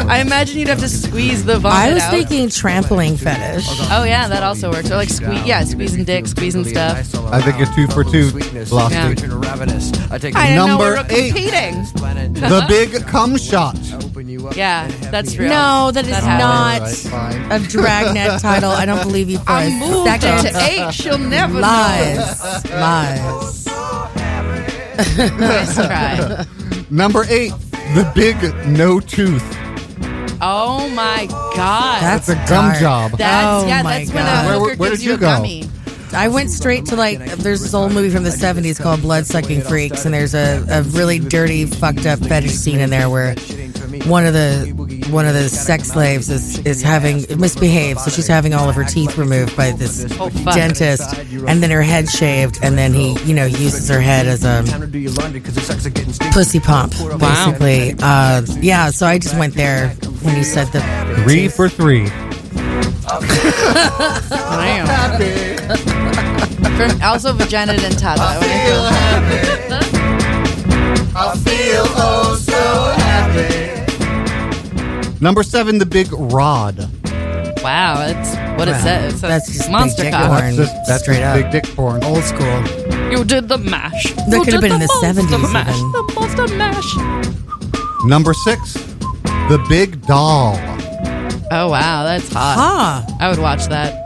[SPEAKER 3] I imagine you'd have to squeeze the vomit
[SPEAKER 4] I was
[SPEAKER 3] out.
[SPEAKER 4] thinking trampling fetish.
[SPEAKER 3] Oh yeah, that also works. Or like squeeze, yeah, squeezing dick, squeezing stuff.
[SPEAKER 2] I think you're two for two, Velocity.
[SPEAKER 3] Yeah. I
[SPEAKER 9] I
[SPEAKER 3] didn't know we
[SPEAKER 2] Number
[SPEAKER 3] were
[SPEAKER 2] eight.
[SPEAKER 3] competing. (laughs)
[SPEAKER 2] The big cum shot.
[SPEAKER 3] Yeah, that's real.
[SPEAKER 4] No, that is
[SPEAKER 3] That
[SPEAKER 4] not
[SPEAKER 2] Right, fine.
[SPEAKER 4] a dragnet title. I don't believe you for
[SPEAKER 3] I
[SPEAKER 4] a
[SPEAKER 3] moved it
[SPEAKER 4] second.
[SPEAKER 3] to eight. She'll never know.
[SPEAKER 4] Lies. Lies.
[SPEAKER 3] Nice try.
[SPEAKER 2] Number eight, the big no tooth.
[SPEAKER 3] Oh my god.
[SPEAKER 4] That's
[SPEAKER 2] The gum
[SPEAKER 4] dark.
[SPEAKER 2] job.
[SPEAKER 3] That's
[SPEAKER 4] Oh
[SPEAKER 3] yeah.
[SPEAKER 4] my
[SPEAKER 3] That's
[SPEAKER 4] God.
[SPEAKER 3] when a
[SPEAKER 2] Where-
[SPEAKER 3] hooker
[SPEAKER 2] where
[SPEAKER 3] gives
[SPEAKER 2] did
[SPEAKER 3] you
[SPEAKER 2] you
[SPEAKER 3] a
[SPEAKER 2] go?
[SPEAKER 3] gummy.
[SPEAKER 4] I went straight to like there's this old movie from the 70s called Bloodsucking Freaks and there's a, a really dirty fucked up fetish scene in there where one of the one of the sex slaves is, is having misbehaves so she's having all of her teeth removed by this
[SPEAKER 3] Oh, fuck.
[SPEAKER 4] dentist and then her head shaved and then he you know uses her head as a pussy pump basically uh, yeah so I just went there when you said the
[SPEAKER 2] Three for three.
[SPEAKER 3] Damn. For- also vagina and tata. When I feel-
[SPEAKER 2] Number seven, the big rod.
[SPEAKER 3] Wow, that's what it
[SPEAKER 4] Wow.
[SPEAKER 3] says. It says
[SPEAKER 4] That's just
[SPEAKER 3] monster
[SPEAKER 4] big dick
[SPEAKER 3] cock.
[SPEAKER 4] porn.
[SPEAKER 2] Just- that's
[SPEAKER 4] straight up
[SPEAKER 2] big dick porn.
[SPEAKER 4] old school
[SPEAKER 3] You did the mash.
[SPEAKER 4] That
[SPEAKER 3] You
[SPEAKER 4] could
[SPEAKER 3] did
[SPEAKER 4] have been in the
[SPEAKER 3] monster
[SPEAKER 4] 70s
[SPEAKER 3] Mash.
[SPEAKER 4] even.
[SPEAKER 3] The monster mash.
[SPEAKER 2] Number six, the big doll.
[SPEAKER 3] Oh wow, that's hot.
[SPEAKER 4] ah
[SPEAKER 3] I would watch that.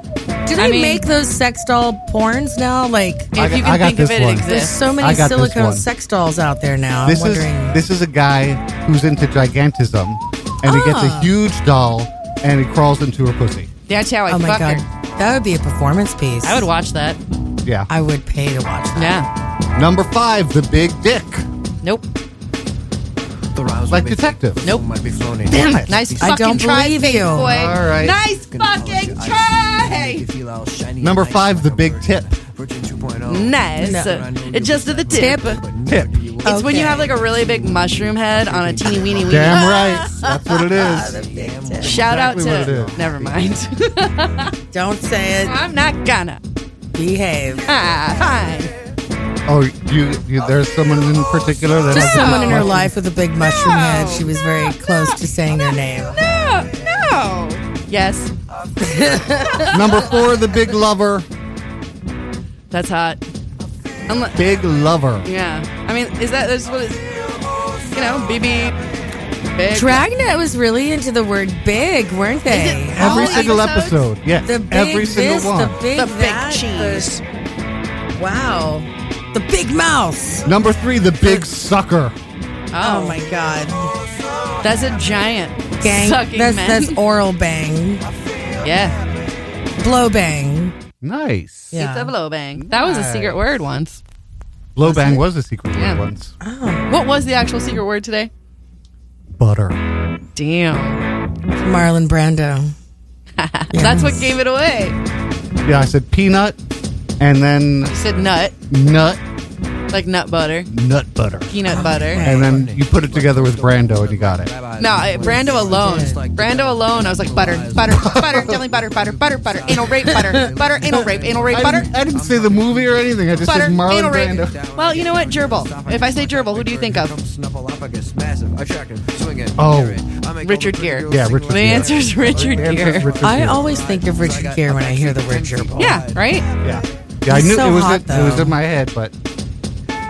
[SPEAKER 4] Do
[SPEAKER 3] I
[SPEAKER 4] they
[SPEAKER 3] mean-
[SPEAKER 4] make those sex doll porns now? Like,
[SPEAKER 3] If
[SPEAKER 2] got-
[SPEAKER 3] you
[SPEAKER 2] I
[SPEAKER 3] can
[SPEAKER 2] got
[SPEAKER 3] think of
[SPEAKER 2] this
[SPEAKER 3] it, it
[SPEAKER 2] one.
[SPEAKER 4] there's
[SPEAKER 3] exists.
[SPEAKER 4] so
[SPEAKER 2] I
[SPEAKER 4] many
[SPEAKER 2] got this
[SPEAKER 4] silicone
[SPEAKER 2] one.
[SPEAKER 4] sex dolls out there now.
[SPEAKER 2] This
[SPEAKER 4] I'm wondering.
[SPEAKER 2] is this is a guy who's into gigantism, and he gets a
[SPEAKER 4] Ah.
[SPEAKER 2] huge doll and he crawls into her pussy.
[SPEAKER 3] That's how I
[SPEAKER 4] oh my
[SPEAKER 3] fuck
[SPEAKER 4] god,
[SPEAKER 3] her.
[SPEAKER 4] that would be a performance piece.
[SPEAKER 3] I would watch that.
[SPEAKER 2] Yeah.
[SPEAKER 4] I would pay to watch that.
[SPEAKER 3] Yeah.
[SPEAKER 2] Number five, the big dick.
[SPEAKER 3] Nope.
[SPEAKER 2] Like detective.
[SPEAKER 3] Nope.
[SPEAKER 9] Might be phony.
[SPEAKER 2] Damn it.
[SPEAKER 3] Nice
[SPEAKER 4] I
[SPEAKER 3] fucking
[SPEAKER 4] don't
[SPEAKER 3] try,
[SPEAKER 4] believe
[SPEAKER 3] big
[SPEAKER 4] you.
[SPEAKER 3] boy.
[SPEAKER 2] All right.
[SPEAKER 3] Nice fucking try.
[SPEAKER 2] Number five, the big tip.
[SPEAKER 3] Nice. oh. It just did the tip.
[SPEAKER 2] Tip.
[SPEAKER 3] It's when you have like a really big mushroom head on a teeny weeny weeny.
[SPEAKER 4] (laughs)
[SPEAKER 2] Damn right. That's what it is.
[SPEAKER 3] Shout out
[SPEAKER 2] exactly
[SPEAKER 3] to.
[SPEAKER 2] what it is.
[SPEAKER 3] Never mind.
[SPEAKER 4] Don't say it.
[SPEAKER 3] I'm not gonna.
[SPEAKER 4] Behave.
[SPEAKER 3] Ah, fine.
[SPEAKER 2] Oh, you, you there's someone in particular that
[SPEAKER 4] Just
[SPEAKER 2] has a big
[SPEAKER 4] someone in her
[SPEAKER 2] mushroom?
[SPEAKER 4] life with a big mushroom head. She was very close to saying their name.
[SPEAKER 3] No, no. Yes,
[SPEAKER 2] (laughs) Number four, the big lover.
[SPEAKER 3] that's hot. Unle-
[SPEAKER 2] Big lover.
[SPEAKER 3] yeah, I mean, is that that's what it's, you know, BB big.
[SPEAKER 4] Dragnet was really into the word big, weren't they?
[SPEAKER 2] Every
[SPEAKER 3] All
[SPEAKER 2] single
[SPEAKER 3] episodes?
[SPEAKER 2] episode. Yeah.
[SPEAKER 4] The big
[SPEAKER 2] Every
[SPEAKER 4] this,
[SPEAKER 2] single one.
[SPEAKER 4] the big,
[SPEAKER 3] The big
[SPEAKER 4] that, the-
[SPEAKER 3] cheese.
[SPEAKER 4] wow, the big mouse.
[SPEAKER 2] Number three, the big sucker.
[SPEAKER 3] oh,
[SPEAKER 4] oh my god.
[SPEAKER 3] that's a giant
[SPEAKER 4] gang.
[SPEAKER 3] sucking
[SPEAKER 4] that's,
[SPEAKER 3] man.
[SPEAKER 4] that's oral bang,
[SPEAKER 3] yeah,
[SPEAKER 4] blow bang.
[SPEAKER 2] Nice.
[SPEAKER 4] Yeah.
[SPEAKER 3] it's a blow bang. That was a secret word once.
[SPEAKER 2] Blow bang was a secret word
[SPEAKER 3] Yeah.
[SPEAKER 2] once.
[SPEAKER 3] What was the actual secret word today?
[SPEAKER 2] Butter.
[SPEAKER 3] Damn,
[SPEAKER 4] Marlon Brando.
[SPEAKER 3] that's what gave it away.
[SPEAKER 2] Yeah, I said peanut and then
[SPEAKER 3] You said nut.
[SPEAKER 2] nut.
[SPEAKER 3] like nut butter,
[SPEAKER 2] nut butter.
[SPEAKER 3] peanut butter.
[SPEAKER 2] And then you put it together with Brando and you got it.
[SPEAKER 3] No, I, Brando alone. Brando alone. I was like butter, (laughs) butter, butter, definitely butter, butter, butter, butter, anal rape, butter, butter, anal rape, anal rape,
[SPEAKER 2] I
[SPEAKER 3] butter.
[SPEAKER 2] didn't, I didn't say the movie or anything. I just
[SPEAKER 3] Butter,
[SPEAKER 2] said Marlon
[SPEAKER 3] anal rape.
[SPEAKER 2] Brando.
[SPEAKER 3] Well, you know what, gerbil. If I say gerbil, who do you think of?
[SPEAKER 9] Snuffleupagus, massive, attractive, swinging.
[SPEAKER 2] Oh.
[SPEAKER 3] Richard Gere.
[SPEAKER 2] Yeah, Richard
[SPEAKER 3] The
[SPEAKER 2] Gere.
[SPEAKER 3] answer's Richard Gere.
[SPEAKER 4] I always think of Richard Gere when I hear the word gerbil.
[SPEAKER 3] Yeah, right.
[SPEAKER 2] Yeah. Yeah, I
[SPEAKER 4] He's
[SPEAKER 2] knew
[SPEAKER 4] so
[SPEAKER 2] it was
[SPEAKER 4] hot,
[SPEAKER 2] it was
[SPEAKER 4] though.
[SPEAKER 2] in my head, but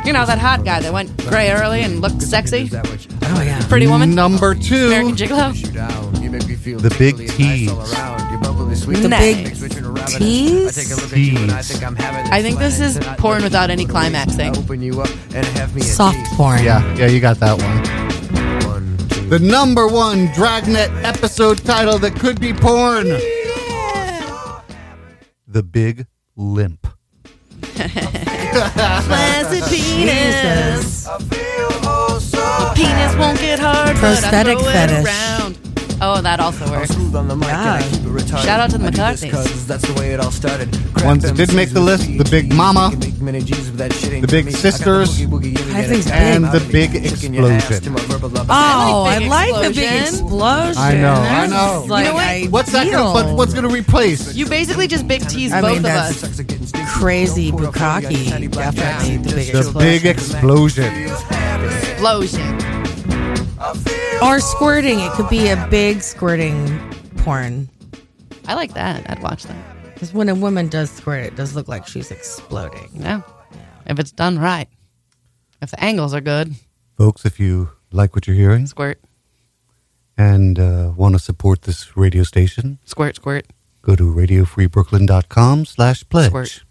[SPEAKER 3] You know that hot guy that went gray early and looked sexy,
[SPEAKER 4] Oh yeah.
[SPEAKER 3] pretty woman,
[SPEAKER 2] number two.
[SPEAKER 3] American Gigolo.
[SPEAKER 2] The
[SPEAKER 9] The
[SPEAKER 2] big tease.
[SPEAKER 4] The big tease?
[SPEAKER 2] Tease.
[SPEAKER 9] I think this is porn without any climaxing. Open you up and have me a
[SPEAKER 4] Soft
[SPEAKER 9] tease.
[SPEAKER 4] porn.
[SPEAKER 2] Yeah, yeah, you got that one.
[SPEAKER 9] One, two,
[SPEAKER 2] The number one Dragnet episode title that could be porn. The Big Limp.
[SPEAKER 3] Flaccid penis.
[SPEAKER 9] I feel oh so
[SPEAKER 3] Penis won't get hard. but I
[SPEAKER 4] Prosthetic
[SPEAKER 3] throw it
[SPEAKER 4] fetish.
[SPEAKER 3] around. Oh, that also
[SPEAKER 9] I'm
[SPEAKER 3] works.
[SPEAKER 9] smooth on the mic and I
[SPEAKER 4] Yeah.
[SPEAKER 9] keep it retarded.
[SPEAKER 3] Shout out to the
[SPEAKER 9] I do this
[SPEAKER 3] McCarthy's.
[SPEAKER 9] 'cause That's the way it all started.
[SPEAKER 2] Ones that did make the list, the Big Mama, the Big Sisters, and the Big Explosion.
[SPEAKER 4] Oh,
[SPEAKER 3] I
[SPEAKER 4] I
[SPEAKER 3] like big
[SPEAKER 4] like the big
[SPEAKER 3] explosion.
[SPEAKER 4] explosion.
[SPEAKER 2] I know, I
[SPEAKER 4] That's
[SPEAKER 2] know. You
[SPEAKER 4] Like,
[SPEAKER 3] know what?
[SPEAKER 2] What's that? Gonna,
[SPEAKER 4] ideal.
[SPEAKER 2] what, what's going to replace?
[SPEAKER 3] You basically just big tease
[SPEAKER 4] I
[SPEAKER 3] both
[SPEAKER 4] mean,
[SPEAKER 3] of
[SPEAKER 4] that's-
[SPEAKER 3] us.
[SPEAKER 4] crazy bukkake? Definitely the big
[SPEAKER 2] The Big Explosion.
[SPEAKER 3] Explosion.
[SPEAKER 4] Or squirting. It could be a big squirting porn.
[SPEAKER 3] I like that. I'd watch that.
[SPEAKER 4] Because when a woman does squirt, it does look like she's exploding.
[SPEAKER 3] Yeah. If it's done right. If the angles are good,
[SPEAKER 2] Folks, if you like what you're hearing
[SPEAKER 3] squirt,
[SPEAKER 2] and uh, want to support this radio station,
[SPEAKER 3] squirt, squirt.
[SPEAKER 2] go to radiofreebrooklyn.com slash pledge.
[SPEAKER 3] Squirt.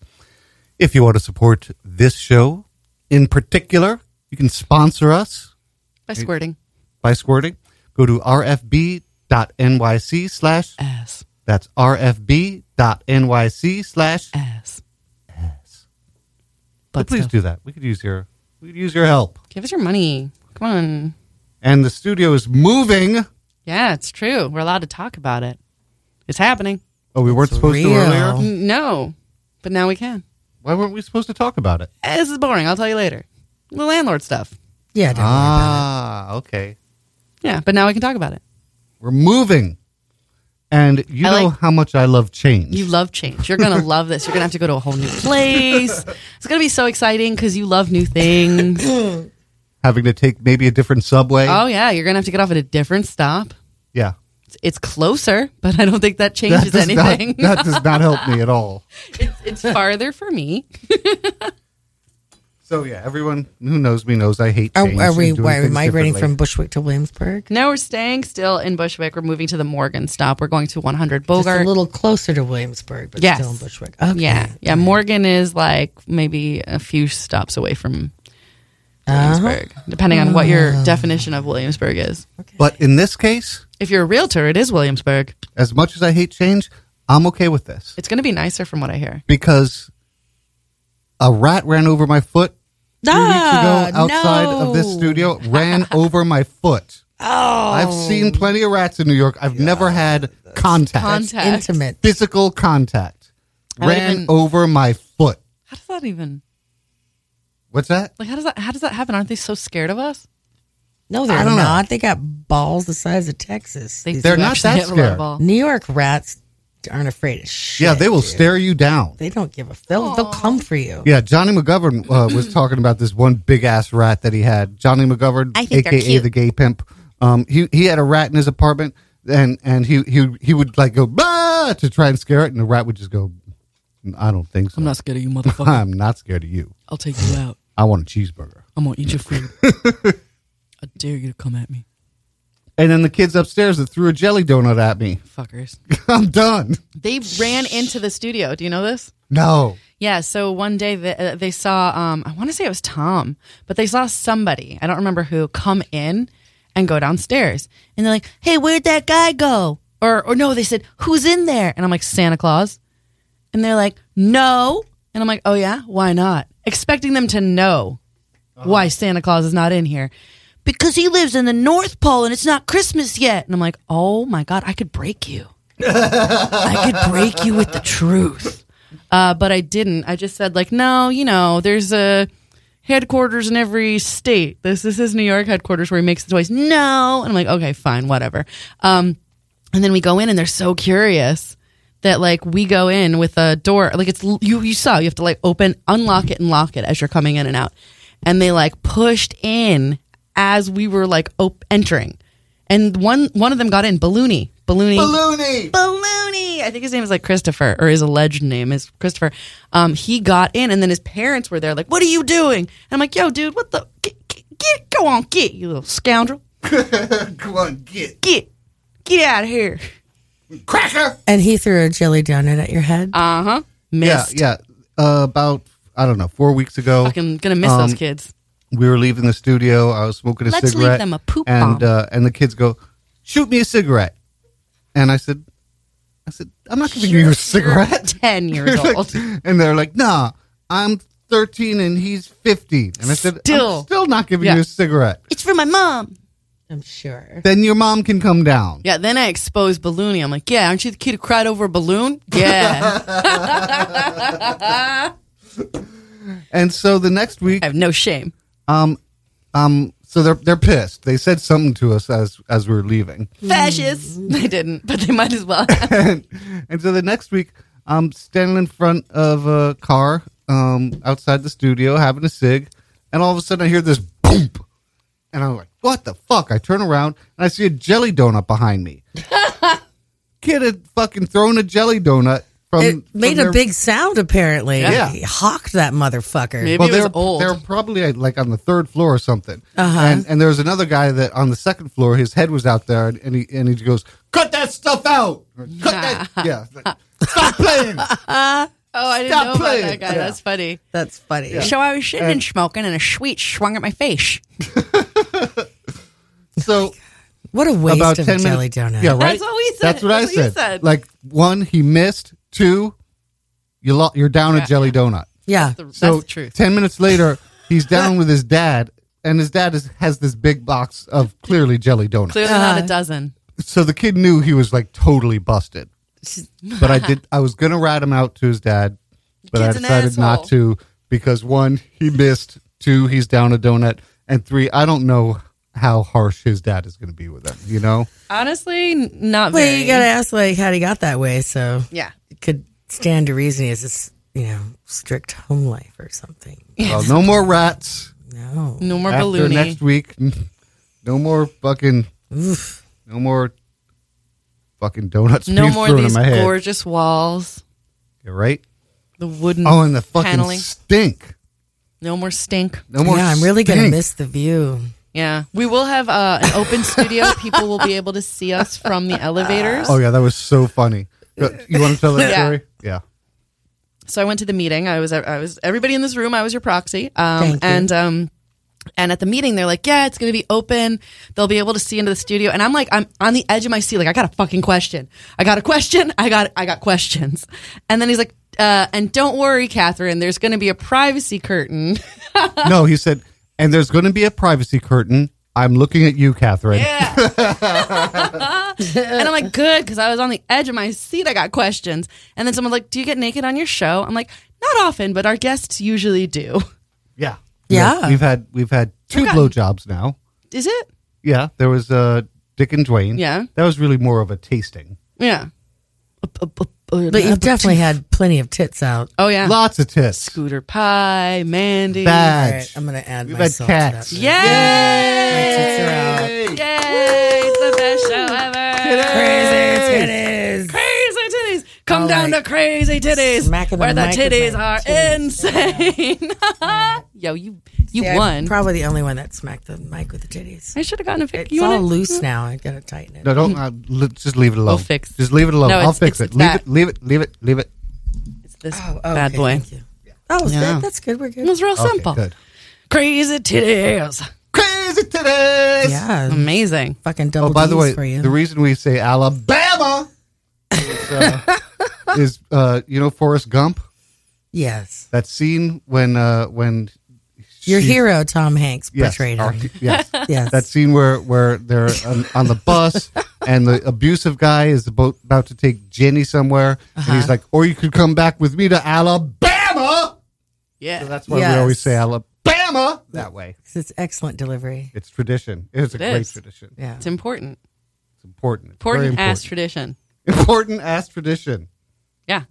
[SPEAKER 2] If you want to support this show in particular, you can sponsor us
[SPEAKER 3] By squirting.
[SPEAKER 2] by squirting. Go to rfb.nyc slash,
[SPEAKER 3] Ass.
[SPEAKER 2] that's rfb.nyc slash.
[SPEAKER 3] Ass.
[SPEAKER 2] But
[SPEAKER 3] Butt
[SPEAKER 2] please
[SPEAKER 3] stuff.
[SPEAKER 2] do that. We could use your, we could use your help.
[SPEAKER 3] Give us your money. Come on.
[SPEAKER 2] And the studio is moving.
[SPEAKER 3] Yeah, it's true. We're allowed to talk about it. It's happening.
[SPEAKER 2] Oh, we weren't supposed to
[SPEAKER 4] real.
[SPEAKER 2] earlier.
[SPEAKER 3] N- No, but now we can.
[SPEAKER 2] Why weren't we supposed to talk about it?
[SPEAKER 3] Eh, This is boring. I'll tell you later. The landlord stuff.
[SPEAKER 4] Yeah, don't
[SPEAKER 2] Ah, okay.
[SPEAKER 3] Yeah, but now we can talk about it.
[SPEAKER 2] We're moving. And you
[SPEAKER 3] I
[SPEAKER 2] know
[SPEAKER 3] like-
[SPEAKER 2] how much I love change.
[SPEAKER 3] You love change. You're gonna love this. You're gonna have to go to a whole new place. It's gonna be so exciting because you love new things.
[SPEAKER 2] Having to take maybe a different subway.
[SPEAKER 3] Oh yeah, you're gonna have to get off at a different stop.
[SPEAKER 4] (laughs)
[SPEAKER 2] yeah.
[SPEAKER 3] It's, it's closer, but I don't think
[SPEAKER 2] That
[SPEAKER 3] that changes
[SPEAKER 2] does, not,
[SPEAKER 3] anything.
[SPEAKER 2] (laughs) that does not help
[SPEAKER 4] (laughs)
[SPEAKER 2] me at all.
[SPEAKER 3] it's farther for me.
[SPEAKER 2] So, yeah, everyone who knows me knows I hate
[SPEAKER 4] Are,
[SPEAKER 2] change.
[SPEAKER 4] are
[SPEAKER 2] and
[SPEAKER 4] we,
[SPEAKER 2] doing
[SPEAKER 4] why are we
[SPEAKER 2] things
[SPEAKER 4] migrating from
[SPEAKER 2] differently.
[SPEAKER 4] Bushwick to Williamsburg?
[SPEAKER 3] No, we're staying still in Bushwick. We're moving to the Morgan stop. We're going to 100
[SPEAKER 4] Just a
[SPEAKER 3] Bogart.
[SPEAKER 4] little closer to Williamsburg, but
[SPEAKER 3] Yes.
[SPEAKER 4] still in Bushwick. Okay.
[SPEAKER 3] Yeah, yeah. Morgan is like maybe a few stops away from Williamsburg,
[SPEAKER 2] Uh-huh.
[SPEAKER 3] depending on what your definition of Williamsburg is.
[SPEAKER 2] But in this case,
[SPEAKER 3] If you're a realtor, it is Williamsburg.
[SPEAKER 2] as much as I hate change, I'm okay with this
[SPEAKER 3] It's going to be nicer, from what I hear.
[SPEAKER 2] because a rat ran over my foot two
[SPEAKER 4] Ah,
[SPEAKER 2] weeks ago outside of this
[SPEAKER 4] no.
[SPEAKER 2] studio, ran (laughs) over my foot.
[SPEAKER 4] Oh,
[SPEAKER 2] I've seen plenty of rats in New York. I've never had contact,
[SPEAKER 3] Contact.
[SPEAKER 4] intimate.
[SPEAKER 2] physical contact.
[SPEAKER 3] I don't
[SPEAKER 2] Ran
[SPEAKER 3] even-
[SPEAKER 2] over my foot.
[SPEAKER 3] How does that even
[SPEAKER 2] What's that?
[SPEAKER 3] like? How does that? How does that happen? Aren't they so scared of us?
[SPEAKER 4] No, they're
[SPEAKER 2] I don't know.
[SPEAKER 4] not. They got balls the size of Texas.
[SPEAKER 3] They
[SPEAKER 4] These
[SPEAKER 2] They're
[SPEAKER 3] do
[SPEAKER 2] not
[SPEAKER 3] actually
[SPEAKER 2] that
[SPEAKER 3] have a lot of
[SPEAKER 2] scared.
[SPEAKER 3] ball.
[SPEAKER 4] New York rats aren't afraid of shit.
[SPEAKER 2] yeah, they will
[SPEAKER 4] dude.
[SPEAKER 2] stare you down.
[SPEAKER 4] They don't give a. They'll, they'll come for you.
[SPEAKER 2] Yeah, Johnny McGovern uh, was talking about this one big ass rat that he had. Johnny McGovern,
[SPEAKER 8] I think they're
[SPEAKER 2] aka
[SPEAKER 8] cute.
[SPEAKER 2] the gay pimp. Um, he he had a rat in his apartment, and and he he he would like go bah! to try and scare it, and the rat would just go, I don't think so. I'm not,
[SPEAKER 3] scared of you, motherfucker.
[SPEAKER 2] I'm not scared of you.
[SPEAKER 3] I'll take you out.
[SPEAKER 2] I want a cheeseburger.
[SPEAKER 3] I'm gonna eat your food. I dare you to come at me,
[SPEAKER 2] And then the kids upstairs that threw a jelly donut at me. (laughs)
[SPEAKER 3] fuckers.
[SPEAKER 2] I'm done.
[SPEAKER 3] They ran into the studio. Do you know this?
[SPEAKER 2] No.
[SPEAKER 3] Yeah, so one day they, uh, they saw, um, I want to say it was Tom, but they saw somebody, I don't remember who, come in and go downstairs. And they're like, hey, where'd that guy go? Or, or no, they said, who's in there? And I'm like, Santa Claus. And they're like, no. And I'm like, oh yeah, why not? Expecting them to know why Santa Claus is not in here. Because he lives in the North Pole and it's not Christmas yet. And I'm like, oh my God, I could break you. I could break you with the truth. Uh, but I didn't. I just said like, no, you know, there's a headquarters in every state. This this is New York headquarters where he makes the toys. No, and I'm like, okay, fine, whatever. Um, and then we go in, and they're so curious that like we go in with a door, like it's you you saw you have to like open, unlock it, and lock it as you're coming in and out. And they like pushed in as we were like op- entering, and one one of them got in, Balloony, Balloony,
[SPEAKER 9] Baloney.
[SPEAKER 3] Baloney. I think his name is like Christopher, or his alleged name is Christopher. Um, he got in, and then his parents were there, like, "What are you doing?" And I'm like, "Yo, dude, what the? Get, get, get go on, get you little scoundrel,
[SPEAKER 9] Come on, get.
[SPEAKER 3] get, get out of here."
[SPEAKER 9] Cracker.
[SPEAKER 4] And he threw a jelly donut at your head.
[SPEAKER 3] Uh huh. Missed.
[SPEAKER 2] Uh-huh. Yeah, yeah. Uh, about I don't know, four weeks ago.
[SPEAKER 3] Fucking gonna miss
[SPEAKER 2] um,
[SPEAKER 3] those kids.
[SPEAKER 2] We were leaving the studio. I was smoking a
[SPEAKER 8] Let's leave
[SPEAKER 2] cigarette.
[SPEAKER 8] them a poop
[SPEAKER 2] and
[SPEAKER 8] bomb.
[SPEAKER 2] Uh, and the kids go, "Shoot me a cigarette," and I said, "I said I'm not giving you a
[SPEAKER 8] (laughs)
[SPEAKER 2] cigarette."
[SPEAKER 3] (laughs) Ten years old.
[SPEAKER 2] (laughs) and they're like, "Nah, I'm 13 and he's 15," and I said,
[SPEAKER 3] Still.
[SPEAKER 2] "I'm still not giving
[SPEAKER 3] Yeah.
[SPEAKER 2] you a cigarette."
[SPEAKER 3] It's for my mom.
[SPEAKER 4] I'm sure.
[SPEAKER 2] Then your mom can come down.
[SPEAKER 3] Yeah. Then I exposed Balloony. I'm like, "Yeah, aren't you the kid who cried over a
[SPEAKER 2] (laughs)
[SPEAKER 3] balloon?" Yeah.
[SPEAKER 2] And so the next week,
[SPEAKER 3] I have no shame.
[SPEAKER 2] um, um, so they're they're pissed. They said something to us as as we were leaving. (laughs)
[SPEAKER 3] Fascists. They didn't, but they might as well. (laughs)
[SPEAKER 2] and, and so the next week, I'm standing in front of a car um, outside the studio having a cig, and all of a sudden I hear this boom, and I'm like, "What the fuck?" I turn around and I see a jelly donut behind me. Kid had fucking thrown a jelly donut from.
[SPEAKER 4] it made
[SPEAKER 2] from
[SPEAKER 4] a
[SPEAKER 2] their-
[SPEAKER 4] big sound, apparently.
[SPEAKER 2] Yeah.
[SPEAKER 4] He hawked that motherfucker.
[SPEAKER 3] Maybe
[SPEAKER 2] Well,
[SPEAKER 3] it was
[SPEAKER 2] they're
[SPEAKER 3] old.
[SPEAKER 2] they're probably like on the third floor or something. Uh-huh. And and there was another guy that on the second floor, his head was out there, and, and he and he goes, "Cut that stuff out! Cut that! Yeah, it's like, stop playing!"
[SPEAKER 3] Oh, I didn't
[SPEAKER 2] Stop
[SPEAKER 3] know about
[SPEAKER 2] playing.
[SPEAKER 3] that guy.
[SPEAKER 2] Yeah.
[SPEAKER 3] That's funny.
[SPEAKER 4] That's funny.
[SPEAKER 3] So I was sitting and smoking, and a sweet swung at my face.
[SPEAKER 2] So.
[SPEAKER 4] What a waste
[SPEAKER 2] about
[SPEAKER 4] of
[SPEAKER 2] ten
[SPEAKER 4] a jelly
[SPEAKER 2] minutes.
[SPEAKER 4] donut.
[SPEAKER 2] Yeah, right.
[SPEAKER 3] That's what we said.
[SPEAKER 2] That's what I
[SPEAKER 3] That's what you
[SPEAKER 2] said.
[SPEAKER 3] said.
[SPEAKER 2] Like one, he missed. Two, you lo- you're down a jelly donut.
[SPEAKER 4] Yeah.
[SPEAKER 2] So
[SPEAKER 3] That's the truth.
[SPEAKER 2] ten minutes later,
[SPEAKER 3] (laughs)
[SPEAKER 2] he's down with his dad, and his dad is, has this big box of clearly jelly donuts.
[SPEAKER 3] Clearly not a dozen.
[SPEAKER 2] So the kid knew he was like totally
[SPEAKER 3] (laughs)
[SPEAKER 2] busted. But I did. I was gonna rat him out to his dad, but I
[SPEAKER 3] Kid's an
[SPEAKER 2] decided not to because one, he missed. Two, he's down a donut, and three, I don't know how harsh his dad is gonna be with him. You know.
[SPEAKER 3] Honestly, n- not
[SPEAKER 4] Well,
[SPEAKER 3] very.
[SPEAKER 4] you gotta ask like how he got that way. So
[SPEAKER 3] yeah.
[SPEAKER 4] it could stand to reason he has this, you know, strict home life or something.
[SPEAKER 2] Well, no more rats.
[SPEAKER 4] No,
[SPEAKER 3] No more
[SPEAKER 2] after
[SPEAKER 3] balloony.
[SPEAKER 2] next week. No more fucking. No more fucking donuts.
[SPEAKER 3] no
[SPEAKER 2] being
[SPEAKER 3] more
[SPEAKER 2] thrown in
[SPEAKER 3] these
[SPEAKER 2] my head.
[SPEAKER 3] gorgeous walls.
[SPEAKER 2] You're right.
[SPEAKER 3] The wooden.
[SPEAKER 2] Oh, and the fucking
[SPEAKER 3] paneling.
[SPEAKER 2] stink.
[SPEAKER 3] No more stink.
[SPEAKER 2] No more.
[SPEAKER 4] yeah, I'm really gonna
[SPEAKER 2] stink.
[SPEAKER 4] miss the view.
[SPEAKER 3] Yeah, we will have uh, an open
[SPEAKER 2] (laughs)
[SPEAKER 3] studio. People will be able to see us from the elevators.
[SPEAKER 2] Oh yeah, that was so funny. Uh, You want to tell that
[SPEAKER 3] (laughs) Yeah.
[SPEAKER 2] story? Yeah.
[SPEAKER 3] so I went to the meeting. I was I was everybody in this room. I was your proxy. Um,
[SPEAKER 4] Thank you.
[SPEAKER 3] And um, and at the meeting, they're like, "Yeah, it's going to be open. They'll be able to see into the studio." And I'm like, I'm on the edge of my seat. Like, I got a fucking question. I got a question. (laughs) I got I got questions. And then he's like, uh, "And don't worry, Catherine. There's going to be a privacy curtain." (laughs)
[SPEAKER 2] No, he said, and there's going to be a privacy curtain. I'm looking at you, Catherine.
[SPEAKER 3] and I'm like, good, because I was on the edge of my seat. I got questions. And then someone's like, do you get naked on your show? I'm like, not often, but our guests usually do. (laughs)
[SPEAKER 2] Yeah.
[SPEAKER 4] Yeah.
[SPEAKER 2] We've had we've had two blowjobs now.
[SPEAKER 3] Is it?
[SPEAKER 2] Yeah, there was uh, Dick and Dwayne.
[SPEAKER 3] Yeah.
[SPEAKER 2] that was really more of a tasting.
[SPEAKER 3] Yeah. But
[SPEAKER 4] But you've definitely had plenty of tits out.
[SPEAKER 3] Oh, yeah.
[SPEAKER 2] Lots of tits.
[SPEAKER 3] Scooter Pie, Mandy.
[SPEAKER 4] All
[SPEAKER 2] Badge.
[SPEAKER 4] right, I'm gonna add
[SPEAKER 2] We've had
[SPEAKER 4] myself to that.
[SPEAKER 2] cats.
[SPEAKER 3] Yay! Yay!
[SPEAKER 4] list. Tits are out.
[SPEAKER 3] It's the best show ever.
[SPEAKER 4] Crazy titties.
[SPEAKER 3] Crazy titties. Come down
[SPEAKER 4] right.
[SPEAKER 3] to crazy titties.
[SPEAKER 4] Smacking the
[SPEAKER 3] where the
[SPEAKER 4] mic with
[SPEAKER 3] titties
[SPEAKER 4] my
[SPEAKER 3] are
[SPEAKER 4] titties.
[SPEAKER 3] insane. (laughs) Yo, you you
[SPEAKER 4] Yeah, I'm
[SPEAKER 3] won.
[SPEAKER 4] Probably the only one that smacked the mic with the titties.
[SPEAKER 3] I should have gotten a picture.
[SPEAKER 4] It's all loose now. I gotta tighten it.
[SPEAKER 2] No, don't. Uh, li- just leave it alone.
[SPEAKER 3] fix-
[SPEAKER 2] Just leave it alone.
[SPEAKER 3] No,
[SPEAKER 2] I'll
[SPEAKER 3] it's-
[SPEAKER 2] fix
[SPEAKER 3] it's-
[SPEAKER 2] it. Leave
[SPEAKER 3] it's
[SPEAKER 2] it. Leave it. Leave it. Leave it.
[SPEAKER 3] this
[SPEAKER 4] Oh, oh,
[SPEAKER 3] bad
[SPEAKER 4] okay,
[SPEAKER 3] boy.
[SPEAKER 4] Thank you. Oh, that, that's good. We're
[SPEAKER 3] It
[SPEAKER 4] good.
[SPEAKER 3] was real
[SPEAKER 2] Okay,
[SPEAKER 3] simple.
[SPEAKER 2] good.
[SPEAKER 3] Crazy titties.
[SPEAKER 2] Crazy today's.
[SPEAKER 3] Mm.
[SPEAKER 4] Yeah,
[SPEAKER 3] Amazing.
[SPEAKER 4] fucking double
[SPEAKER 2] Oh, by the
[SPEAKER 4] Ds
[SPEAKER 2] way,
[SPEAKER 4] for you.
[SPEAKER 2] the reason we say Alabama is, uh, is uh, you know Forrest Gump.
[SPEAKER 4] yes,
[SPEAKER 2] That scene when uh, when
[SPEAKER 4] your
[SPEAKER 2] she-
[SPEAKER 4] hero Tom Hanks
[SPEAKER 2] yes, Oh,
[SPEAKER 4] portrayed
[SPEAKER 2] our-
[SPEAKER 4] him.
[SPEAKER 2] yes,
[SPEAKER 4] Yes,
[SPEAKER 2] that scene where where they're on, on the bus and the abusive guy is about, about to take Jenny somewhere, and he's like, "Or you could come back with me to Alabama."
[SPEAKER 3] Yeah.
[SPEAKER 2] So that's why
[SPEAKER 4] Yes.
[SPEAKER 2] we always say Alabama. Alabama that way.
[SPEAKER 4] It's excellent delivery.
[SPEAKER 2] It's tradition. It is a
[SPEAKER 3] It
[SPEAKER 2] great
[SPEAKER 3] is.
[SPEAKER 2] tradition.
[SPEAKER 4] Yeah.
[SPEAKER 3] It's important.
[SPEAKER 2] It's important. It's very
[SPEAKER 3] Important, ass
[SPEAKER 2] important.
[SPEAKER 3] tradition.
[SPEAKER 2] Important ass tradition.
[SPEAKER 3] Yeah.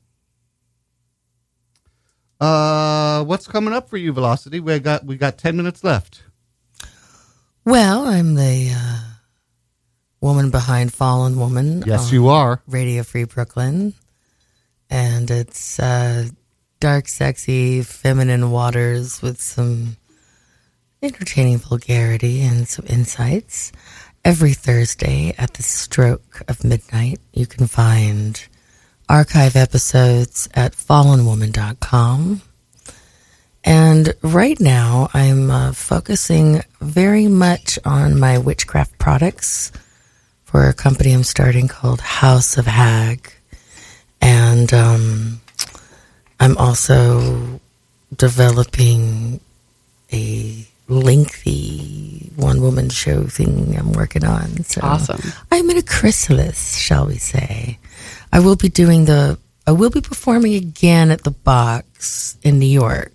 [SPEAKER 2] Uh, what's coming up for you, Velocity? We got we got ten minutes left.
[SPEAKER 4] Well, I'm the uh, woman behind Fallen Woman.
[SPEAKER 2] Yes,
[SPEAKER 4] on
[SPEAKER 2] you are.
[SPEAKER 4] Radio Free Brooklyn. And it's uh, dark, sexy, feminine waters with some entertaining vulgarity and some insights. Every Thursday at the stroke of midnight, you can find archive episodes at fallenwoman.com. And right now, I'm uh, focusing very much on my witchcraft products for a company I'm starting called House of Hag. And um, I'm also developing a lengthy one woman show thing I'm working on. So
[SPEAKER 3] Awesome.
[SPEAKER 4] I'm in a chrysalis, shall we say. I will be doing the, I will be performing again at the box in New York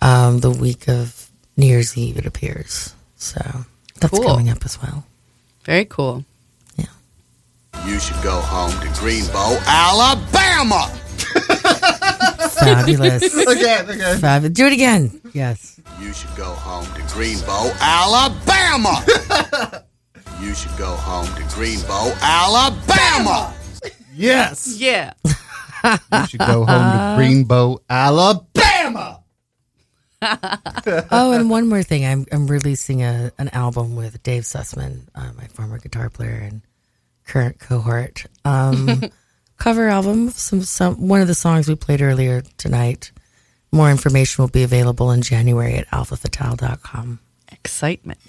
[SPEAKER 4] um, the week of New Year's Eve, it appears. So that's
[SPEAKER 3] Cool.
[SPEAKER 4] coming up as well.
[SPEAKER 3] Very cool.
[SPEAKER 10] You should go home to Greenbow, Alabama.
[SPEAKER 4] Fabulous.
[SPEAKER 10] Again, again.
[SPEAKER 4] Fabu- Do it again. Yes.
[SPEAKER 10] You should go home to Greenbow, Alabama. you should go home to Greenbow, Alabama.
[SPEAKER 2] Yes.
[SPEAKER 3] Yeah.
[SPEAKER 2] You should go home to Greenbow, Alabama. (laughs)
[SPEAKER 4] oh, and one more thing. I'm I'm releasing a an album with Dave Sussman, uh, my former guitar player and current cohort.
[SPEAKER 2] (laughs)
[SPEAKER 4] Um, cover album. of Some some one of the songs we played earlier tonight. More information will be available in January at alphafatal.com.
[SPEAKER 3] Excitement.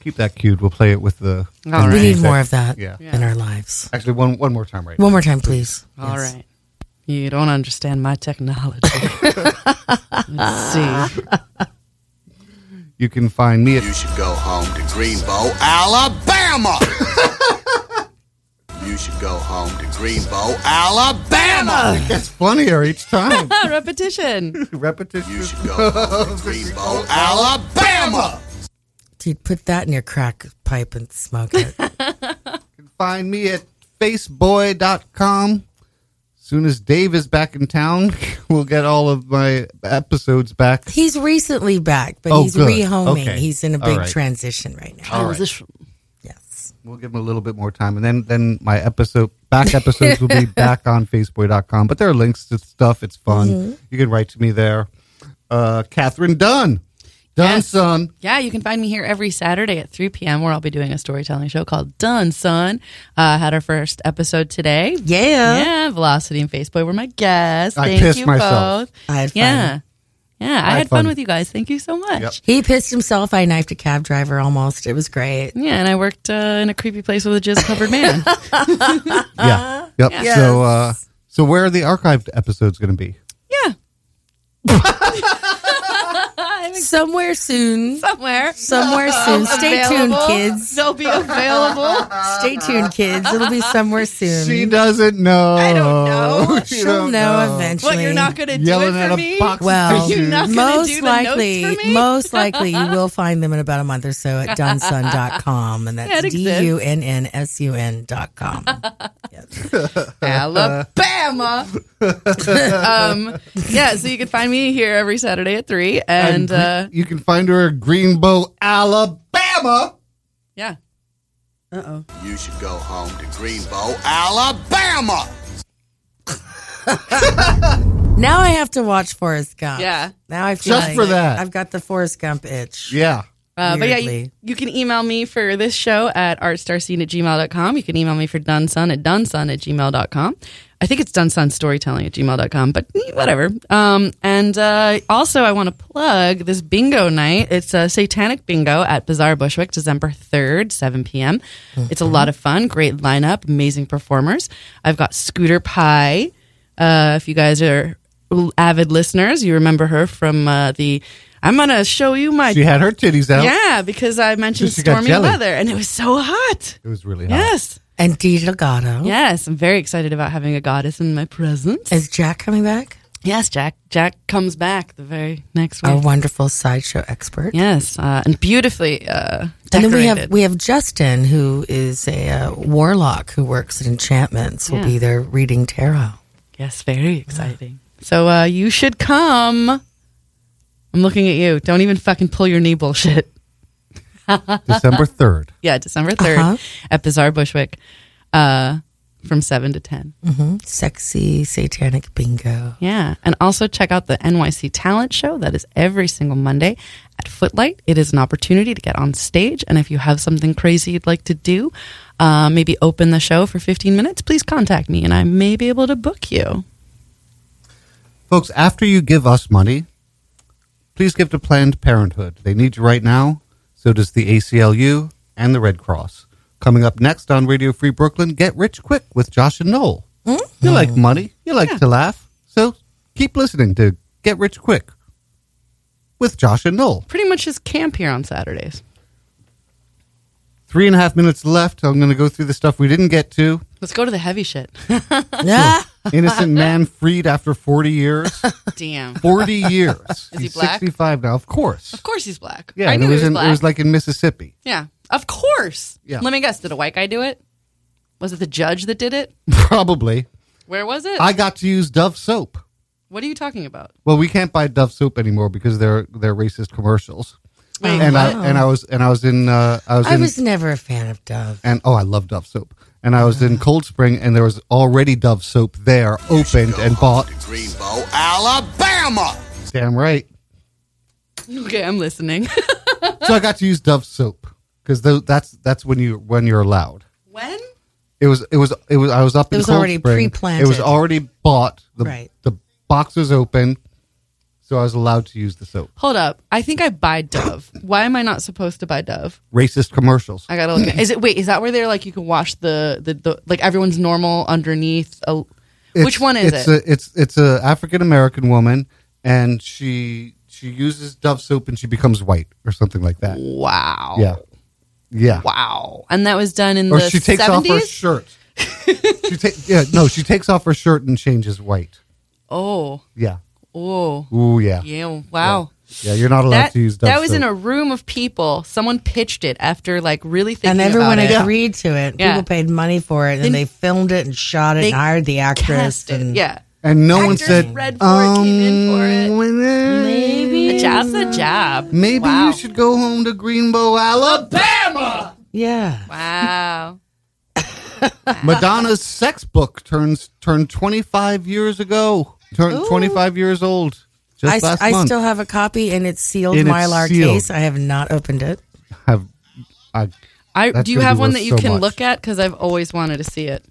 [SPEAKER 2] Keep that cued. We'll play it with the.
[SPEAKER 3] All
[SPEAKER 4] We
[SPEAKER 3] right.
[SPEAKER 4] need more of that
[SPEAKER 2] Yeah.
[SPEAKER 4] in our lives.
[SPEAKER 2] Actually, one one more time, right?
[SPEAKER 4] One more time, please.
[SPEAKER 3] All
[SPEAKER 4] Yes.
[SPEAKER 3] right. You don't understand my technology. (laughs) Let's (laughs) see.
[SPEAKER 2] now. You can find me
[SPEAKER 10] You
[SPEAKER 2] at
[SPEAKER 10] should go home to Greenbow,
[SPEAKER 2] (laughs)
[SPEAKER 10] Alabama. you should go home to Greenbow, Alabama.
[SPEAKER 2] That's funnier each
[SPEAKER 10] (laughs)
[SPEAKER 2] time.
[SPEAKER 3] Ah, repetition.
[SPEAKER 2] Repetition.
[SPEAKER 10] You
[SPEAKER 2] is-
[SPEAKER 10] should go home to Greenbow, Alabama.
[SPEAKER 4] Dude, put that in your crack pipe and smoke
[SPEAKER 2] (laughs)
[SPEAKER 4] it.
[SPEAKER 2] Find me at faceboy.com. Soon as Dave is back in town, (laughs) we'll get all of my episodes back.
[SPEAKER 4] he's recently back, but
[SPEAKER 2] Oh,
[SPEAKER 4] he's
[SPEAKER 2] good.
[SPEAKER 4] rehoming.
[SPEAKER 2] Okay.
[SPEAKER 4] He's in a
[SPEAKER 2] All
[SPEAKER 4] big
[SPEAKER 2] right. Oh.
[SPEAKER 4] transition right now.
[SPEAKER 3] Transition.
[SPEAKER 4] Yes.
[SPEAKER 2] We'll give him a little bit more time, and then then my episode back episodes will be back on faceboy.com. But there are links to stuff. It's fun. You can write to me there. Uh, Catherine Dunn, Dunson.
[SPEAKER 3] Yeah, you can find me here every Saturday at 3 p.m. where I'll be doing a storytelling show called Done Son. Uh, had our first episode today.
[SPEAKER 4] Yeah.
[SPEAKER 3] Yeah, Velocity and Faceboy were my guests.
[SPEAKER 2] I
[SPEAKER 3] Thank
[SPEAKER 2] pissed
[SPEAKER 3] you
[SPEAKER 2] myself.
[SPEAKER 3] both.
[SPEAKER 4] I had fun.
[SPEAKER 3] Yeah. Yeah, I,
[SPEAKER 2] had
[SPEAKER 3] had fun.
[SPEAKER 2] fun.
[SPEAKER 3] with you guys. Thank you so much.
[SPEAKER 2] Yep.
[SPEAKER 4] He pissed himself. I knifed a cab driver almost. It was great.
[SPEAKER 3] Yeah, and I worked uh, in a creepy place with a jizz covered
[SPEAKER 4] (laughs)
[SPEAKER 3] man. Uh-huh.
[SPEAKER 2] Yeah. Yep. So uh, so where are the archived episodes going to be?
[SPEAKER 3] yeah,
[SPEAKER 4] Somewhere soon.
[SPEAKER 3] somewhere. (laughs)
[SPEAKER 4] Somewhere soon. Stay tuned,
[SPEAKER 3] Available.
[SPEAKER 4] kids.
[SPEAKER 3] They'll be available.
[SPEAKER 4] Stay tuned, kids. It'll
[SPEAKER 3] (laughs)
[SPEAKER 4] be somewhere soon.
[SPEAKER 2] She doesn't know. I (laughs)
[SPEAKER 3] don't know.
[SPEAKER 2] she
[SPEAKER 4] She'll
[SPEAKER 2] don't
[SPEAKER 4] know eventually.
[SPEAKER 3] What, you're not going to do
[SPEAKER 2] Yelling
[SPEAKER 3] it for
[SPEAKER 2] at a
[SPEAKER 3] me?
[SPEAKER 2] box of
[SPEAKER 4] Well,
[SPEAKER 3] You're not gonna
[SPEAKER 4] most
[SPEAKER 3] do the notes
[SPEAKER 4] likely,
[SPEAKER 3] for me?
[SPEAKER 4] most likely
[SPEAKER 3] (laughs)
[SPEAKER 4] you will find them in about a month or so at dunsun.com. And
[SPEAKER 3] Yeah, it
[SPEAKER 4] that's
[SPEAKER 3] exists.
[SPEAKER 4] D U N N S U N dot com.
[SPEAKER 3] Alabama. (laughs) um, yeah, so you can find me here every Saturday at 3. And uh,
[SPEAKER 2] you can find her at Greenbow, Alabama.
[SPEAKER 3] yeah.
[SPEAKER 10] You should go home to Greenbow, Alabama.
[SPEAKER 4] Now I have to watch Forrest Gump.
[SPEAKER 3] Yeah.
[SPEAKER 4] Now I feel
[SPEAKER 2] Just
[SPEAKER 4] like
[SPEAKER 2] for that.
[SPEAKER 4] I've got the Forrest Gump itch.
[SPEAKER 2] Yeah.
[SPEAKER 3] Uh, but yeah, you,
[SPEAKER 4] Weirdly.
[SPEAKER 3] you can email me for this show at artstarcene at gmail.com. You can email me for Dunsun at Dunsun at gmail.com. I think it's Dunsun Storytelling at gmail.com, but eh, whatever. Um, and uh, also, I want to plug this bingo night. It's a satanic bingo at Bazaar Bushwick, December 3rd, 7 p.m. It's a lot of fun, great lineup, amazing performers. I've got Scooter Pie. Uh, if you guys are l- avid listeners, you remember her from uh, the. I'm gonna show you my
[SPEAKER 2] She had her titties out.
[SPEAKER 3] yeah, because I mentioned
[SPEAKER 2] Just you got
[SPEAKER 3] stormy
[SPEAKER 2] jelly.
[SPEAKER 3] weather, and it was so hot.
[SPEAKER 2] It was really hot.
[SPEAKER 3] Yes,
[SPEAKER 4] And Dee Delgado.
[SPEAKER 3] yes, I'm very excited about having a goddess in my presence.
[SPEAKER 4] Is Jack coming back?
[SPEAKER 3] Yes, Jack. Jack comes back the very next week.
[SPEAKER 4] Our wonderful sideshow expert.
[SPEAKER 3] Yes, uh, and beautifully uh, decorated.
[SPEAKER 4] And then we have we have Justin, who is a uh, warlock who works at enchantments. Will
[SPEAKER 3] Yeah.
[SPEAKER 4] be there reading tarot.
[SPEAKER 3] yes, very exciting. So uh, you should come. I'm looking at you. Don't even fucking pull your knee bullshit. (laughs)
[SPEAKER 11] December 3rd.
[SPEAKER 3] Yeah, December 3rd
[SPEAKER 4] Uh-huh.
[SPEAKER 3] at Bizarre Bushwick uh, from 7 to 10.
[SPEAKER 4] hmm Sexy satanic bingo.
[SPEAKER 3] Yeah. And also check out the NYC Talent Show. That is every single Monday at Footlight. It is an opportunity to get on stage. And if you have something crazy you'd like to do, uh, maybe open the show for 15 minutes, please contact me and I may be able to book you.
[SPEAKER 2] Folks, after you give us money, please give to Planned Parenthood. They need you right now. So does the ACLU and the Red Cross. Coming up next on Radio Free Brooklyn, get rich quick with Josh and Noel.
[SPEAKER 3] Hmm?
[SPEAKER 2] You like money, you like to laugh. So keep listening to Get Rich Quick with Josh and Noel.
[SPEAKER 3] Pretty much just camp here on Saturdays.
[SPEAKER 2] Three and a half minutes left. I'm going to go through the stuff we didn't get
[SPEAKER 3] (laughs)
[SPEAKER 2] to.
[SPEAKER 3] Let's go to the heavy (laughs) shit.
[SPEAKER 2] Innocent man freed after 40 years.
[SPEAKER 3] Damn.
[SPEAKER 2] 40 years.
[SPEAKER 3] (laughs) Is he
[SPEAKER 2] He's
[SPEAKER 3] black?
[SPEAKER 2] 65 now, of course.
[SPEAKER 3] Of course he's black.
[SPEAKER 2] Yeah,
[SPEAKER 3] I
[SPEAKER 2] and
[SPEAKER 3] knew
[SPEAKER 2] it was,
[SPEAKER 3] he was
[SPEAKER 2] in,
[SPEAKER 3] black.
[SPEAKER 2] it was like in Mississippi.
[SPEAKER 3] yeah. Of course.
[SPEAKER 2] Yeah.
[SPEAKER 3] Let me guess. Did a white guy do it? Was it the judge that did it?
[SPEAKER 2] Probably.
[SPEAKER 3] Where was it?
[SPEAKER 2] I got to use Dove soap.
[SPEAKER 3] what are you talking about? (laughs)
[SPEAKER 2] Well, we can't buy Dove soap anymore because they're they're racist commercials.
[SPEAKER 3] Wait,
[SPEAKER 2] and
[SPEAKER 3] what?
[SPEAKER 2] I and I was and I was in uh, I was
[SPEAKER 4] Oh, I
[SPEAKER 2] in
[SPEAKER 4] was never a fan of Dove.
[SPEAKER 2] and oh I love Dove soap. And I was in Cold Spring and there was already Dove soap there, opened and bought.
[SPEAKER 10] Greenbow, Alabama.
[SPEAKER 2] Damn right.
[SPEAKER 3] Okay, I'm listening.
[SPEAKER 2] So I got to use Dove soap because that's that's when you when you're allowed.
[SPEAKER 3] when?
[SPEAKER 2] It was it was it was I was up
[SPEAKER 4] It
[SPEAKER 2] in
[SPEAKER 4] was
[SPEAKER 2] Cold
[SPEAKER 4] already
[SPEAKER 2] Spring.
[SPEAKER 4] pre-planted.
[SPEAKER 2] It was already bought. The,
[SPEAKER 4] Right.
[SPEAKER 2] The box was open, so I was allowed to use the soap.
[SPEAKER 3] Hold up. I think I buy Dove. Why am I not supposed to buy Dove?
[SPEAKER 2] Racist commercials.
[SPEAKER 3] I gotta look. At, is it wait? Is that where they're like you can wash the the, the like everyone's normal underneath? A, which
[SPEAKER 2] It's-
[SPEAKER 3] one is
[SPEAKER 2] it's
[SPEAKER 3] it?
[SPEAKER 2] A, it's it's a African American woman, and she she uses Dove soap and she becomes white or something like that.
[SPEAKER 3] wow.
[SPEAKER 2] Yeah, yeah.
[SPEAKER 3] Wow. And that was done in
[SPEAKER 2] Or
[SPEAKER 3] the
[SPEAKER 2] she takes
[SPEAKER 3] 70s?
[SPEAKER 2] off her shirt. she ta- yeah, no, she takes off her shirt and changes white.
[SPEAKER 3] Oh.
[SPEAKER 2] Yeah.
[SPEAKER 3] Oh.
[SPEAKER 2] Ooh, yeah.
[SPEAKER 3] Yeah. Wow.
[SPEAKER 2] Yeah, you're not allowed
[SPEAKER 3] That,
[SPEAKER 2] to use Dove
[SPEAKER 3] that was
[SPEAKER 2] soap.
[SPEAKER 3] in a room of people. Someone pitched it after like really thinking
[SPEAKER 4] and everyone
[SPEAKER 3] about it.
[SPEAKER 4] agreed to it.
[SPEAKER 3] Yeah.
[SPEAKER 4] People paid money for it, and
[SPEAKER 3] Then-
[SPEAKER 4] they filmed it and shot it
[SPEAKER 3] They
[SPEAKER 4] and hired the actress.
[SPEAKER 3] Cast it.
[SPEAKER 4] And
[SPEAKER 3] Yeah.
[SPEAKER 2] and no one
[SPEAKER 3] Actors
[SPEAKER 2] said um,
[SPEAKER 3] read for it, came in for it.
[SPEAKER 4] maybe
[SPEAKER 3] A job's a job.
[SPEAKER 2] maybe
[SPEAKER 3] Wow.
[SPEAKER 2] you should go home to Greenbow, Alabama.
[SPEAKER 4] yeah.
[SPEAKER 3] Wow.
[SPEAKER 2] Madonna's sex book turns turned 25 years ago. Turned
[SPEAKER 4] Ooh.
[SPEAKER 2] 25 years old. Just
[SPEAKER 4] I,
[SPEAKER 2] last
[SPEAKER 4] I
[SPEAKER 2] month.
[SPEAKER 4] still have a copy, and it's sealed
[SPEAKER 2] And it's
[SPEAKER 4] mylar
[SPEAKER 2] sealed.
[SPEAKER 4] case. I have not opened it.
[SPEAKER 2] have I,
[SPEAKER 3] I
[SPEAKER 2] That's
[SPEAKER 3] do you
[SPEAKER 2] gonna
[SPEAKER 3] have
[SPEAKER 2] be
[SPEAKER 3] one
[SPEAKER 2] worth
[SPEAKER 3] that you
[SPEAKER 2] so
[SPEAKER 3] can
[SPEAKER 2] much.
[SPEAKER 3] look at because I've always wanted to see it.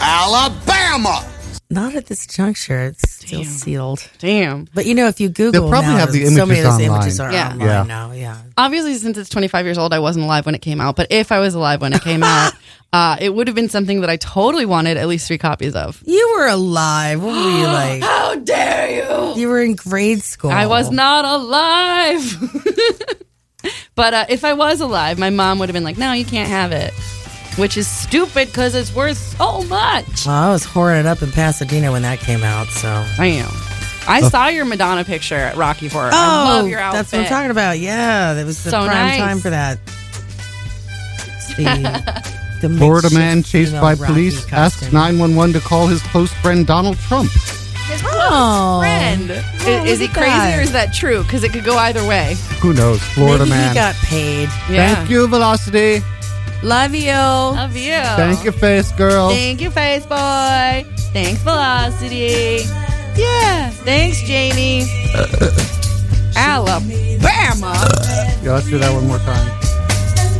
[SPEAKER 10] Alabama.
[SPEAKER 4] Not at this juncture. It's still sealed.
[SPEAKER 3] Damn.
[SPEAKER 4] But you know, if you Google,
[SPEAKER 2] probably
[SPEAKER 4] now,
[SPEAKER 2] have the
[SPEAKER 4] so many
[SPEAKER 2] images
[SPEAKER 4] of those images are
[SPEAKER 2] online.
[SPEAKER 3] Yeah.
[SPEAKER 2] Yeah.
[SPEAKER 4] online now. Yeah.
[SPEAKER 3] Obviously, since it's 25 years old, I wasn't alive when it came out. But if I was alive when it came out, uh, it would have been something that I totally wanted at least three copies of.
[SPEAKER 4] You were alive. What
[SPEAKER 3] (gasps)
[SPEAKER 4] were you like?
[SPEAKER 3] How dare you!
[SPEAKER 4] You were in grade school.
[SPEAKER 3] I was not alive. (laughs) but uh, if I was alive, my mom would have been like, "No, you can't have it," which is stupid because it's worth so much.
[SPEAKER 4] Well, I was whoring it up in Pasadena when that came out. So.
[SPEAKER 3] Damn. I saw your Madonna picture at Rocky Horror. I love your outfit.
[SPEAKER 4] Oh, that's what I'm talking about. Yeah, that was the
[SPEAKER 3] So
[SPEAKER 4] prime
[SPEAKER 3] nice.
[SPEAKER 4] time
[SPEAKER 3] (laughs)
[SPEAKER 4] for that. It's The, the
[SPEAKER 2] Florida
[SPEAKER 4] makeshift
[SPEAKER 2] man chased
[SPEAKER 4] female
[SPEAKER 2] by
[SPEAKER 4] Rocky
[SPEAKER 2] police asks
[SPEAKER 4] costume.
[SPEAKER 2] 911 to call his close friend Donald Trump.
[SPEAKER 4] Oh.
[SPEAKER 3] friend. I-
[SPEAKER 4] look
[SPEAKER 3] is, he
[SPEAKER 4] at
[SPEAKER 3] crazy
[SPEAKER 4] that.
[SPEAKER 3] or is that true? Because it could go either way.
[SPEAKER 2] Who knows? Florida
[SPEAKER 4] Maybe
[SPEAKER 2] man.
[SPEAKER 4] he got paid.
[SPEAKER 3] Yeah.
[SPEAKER 2] Thank you, Velocity.
[SPEAKER 4] Love you.
[SPEAKER 3] Love you.
[SPEAKER 2] Thank you, Face Girl.
[SPEAKER 3] Oh. Thank you, Face Boy. Thanks, Velocity. Yeah. Thanks, Jamie. Alabama.
[SPEAKER 2] Yeah, let's do that one more time.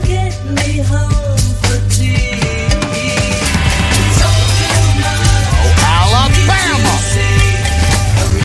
[SPEAKER 6] Get me home.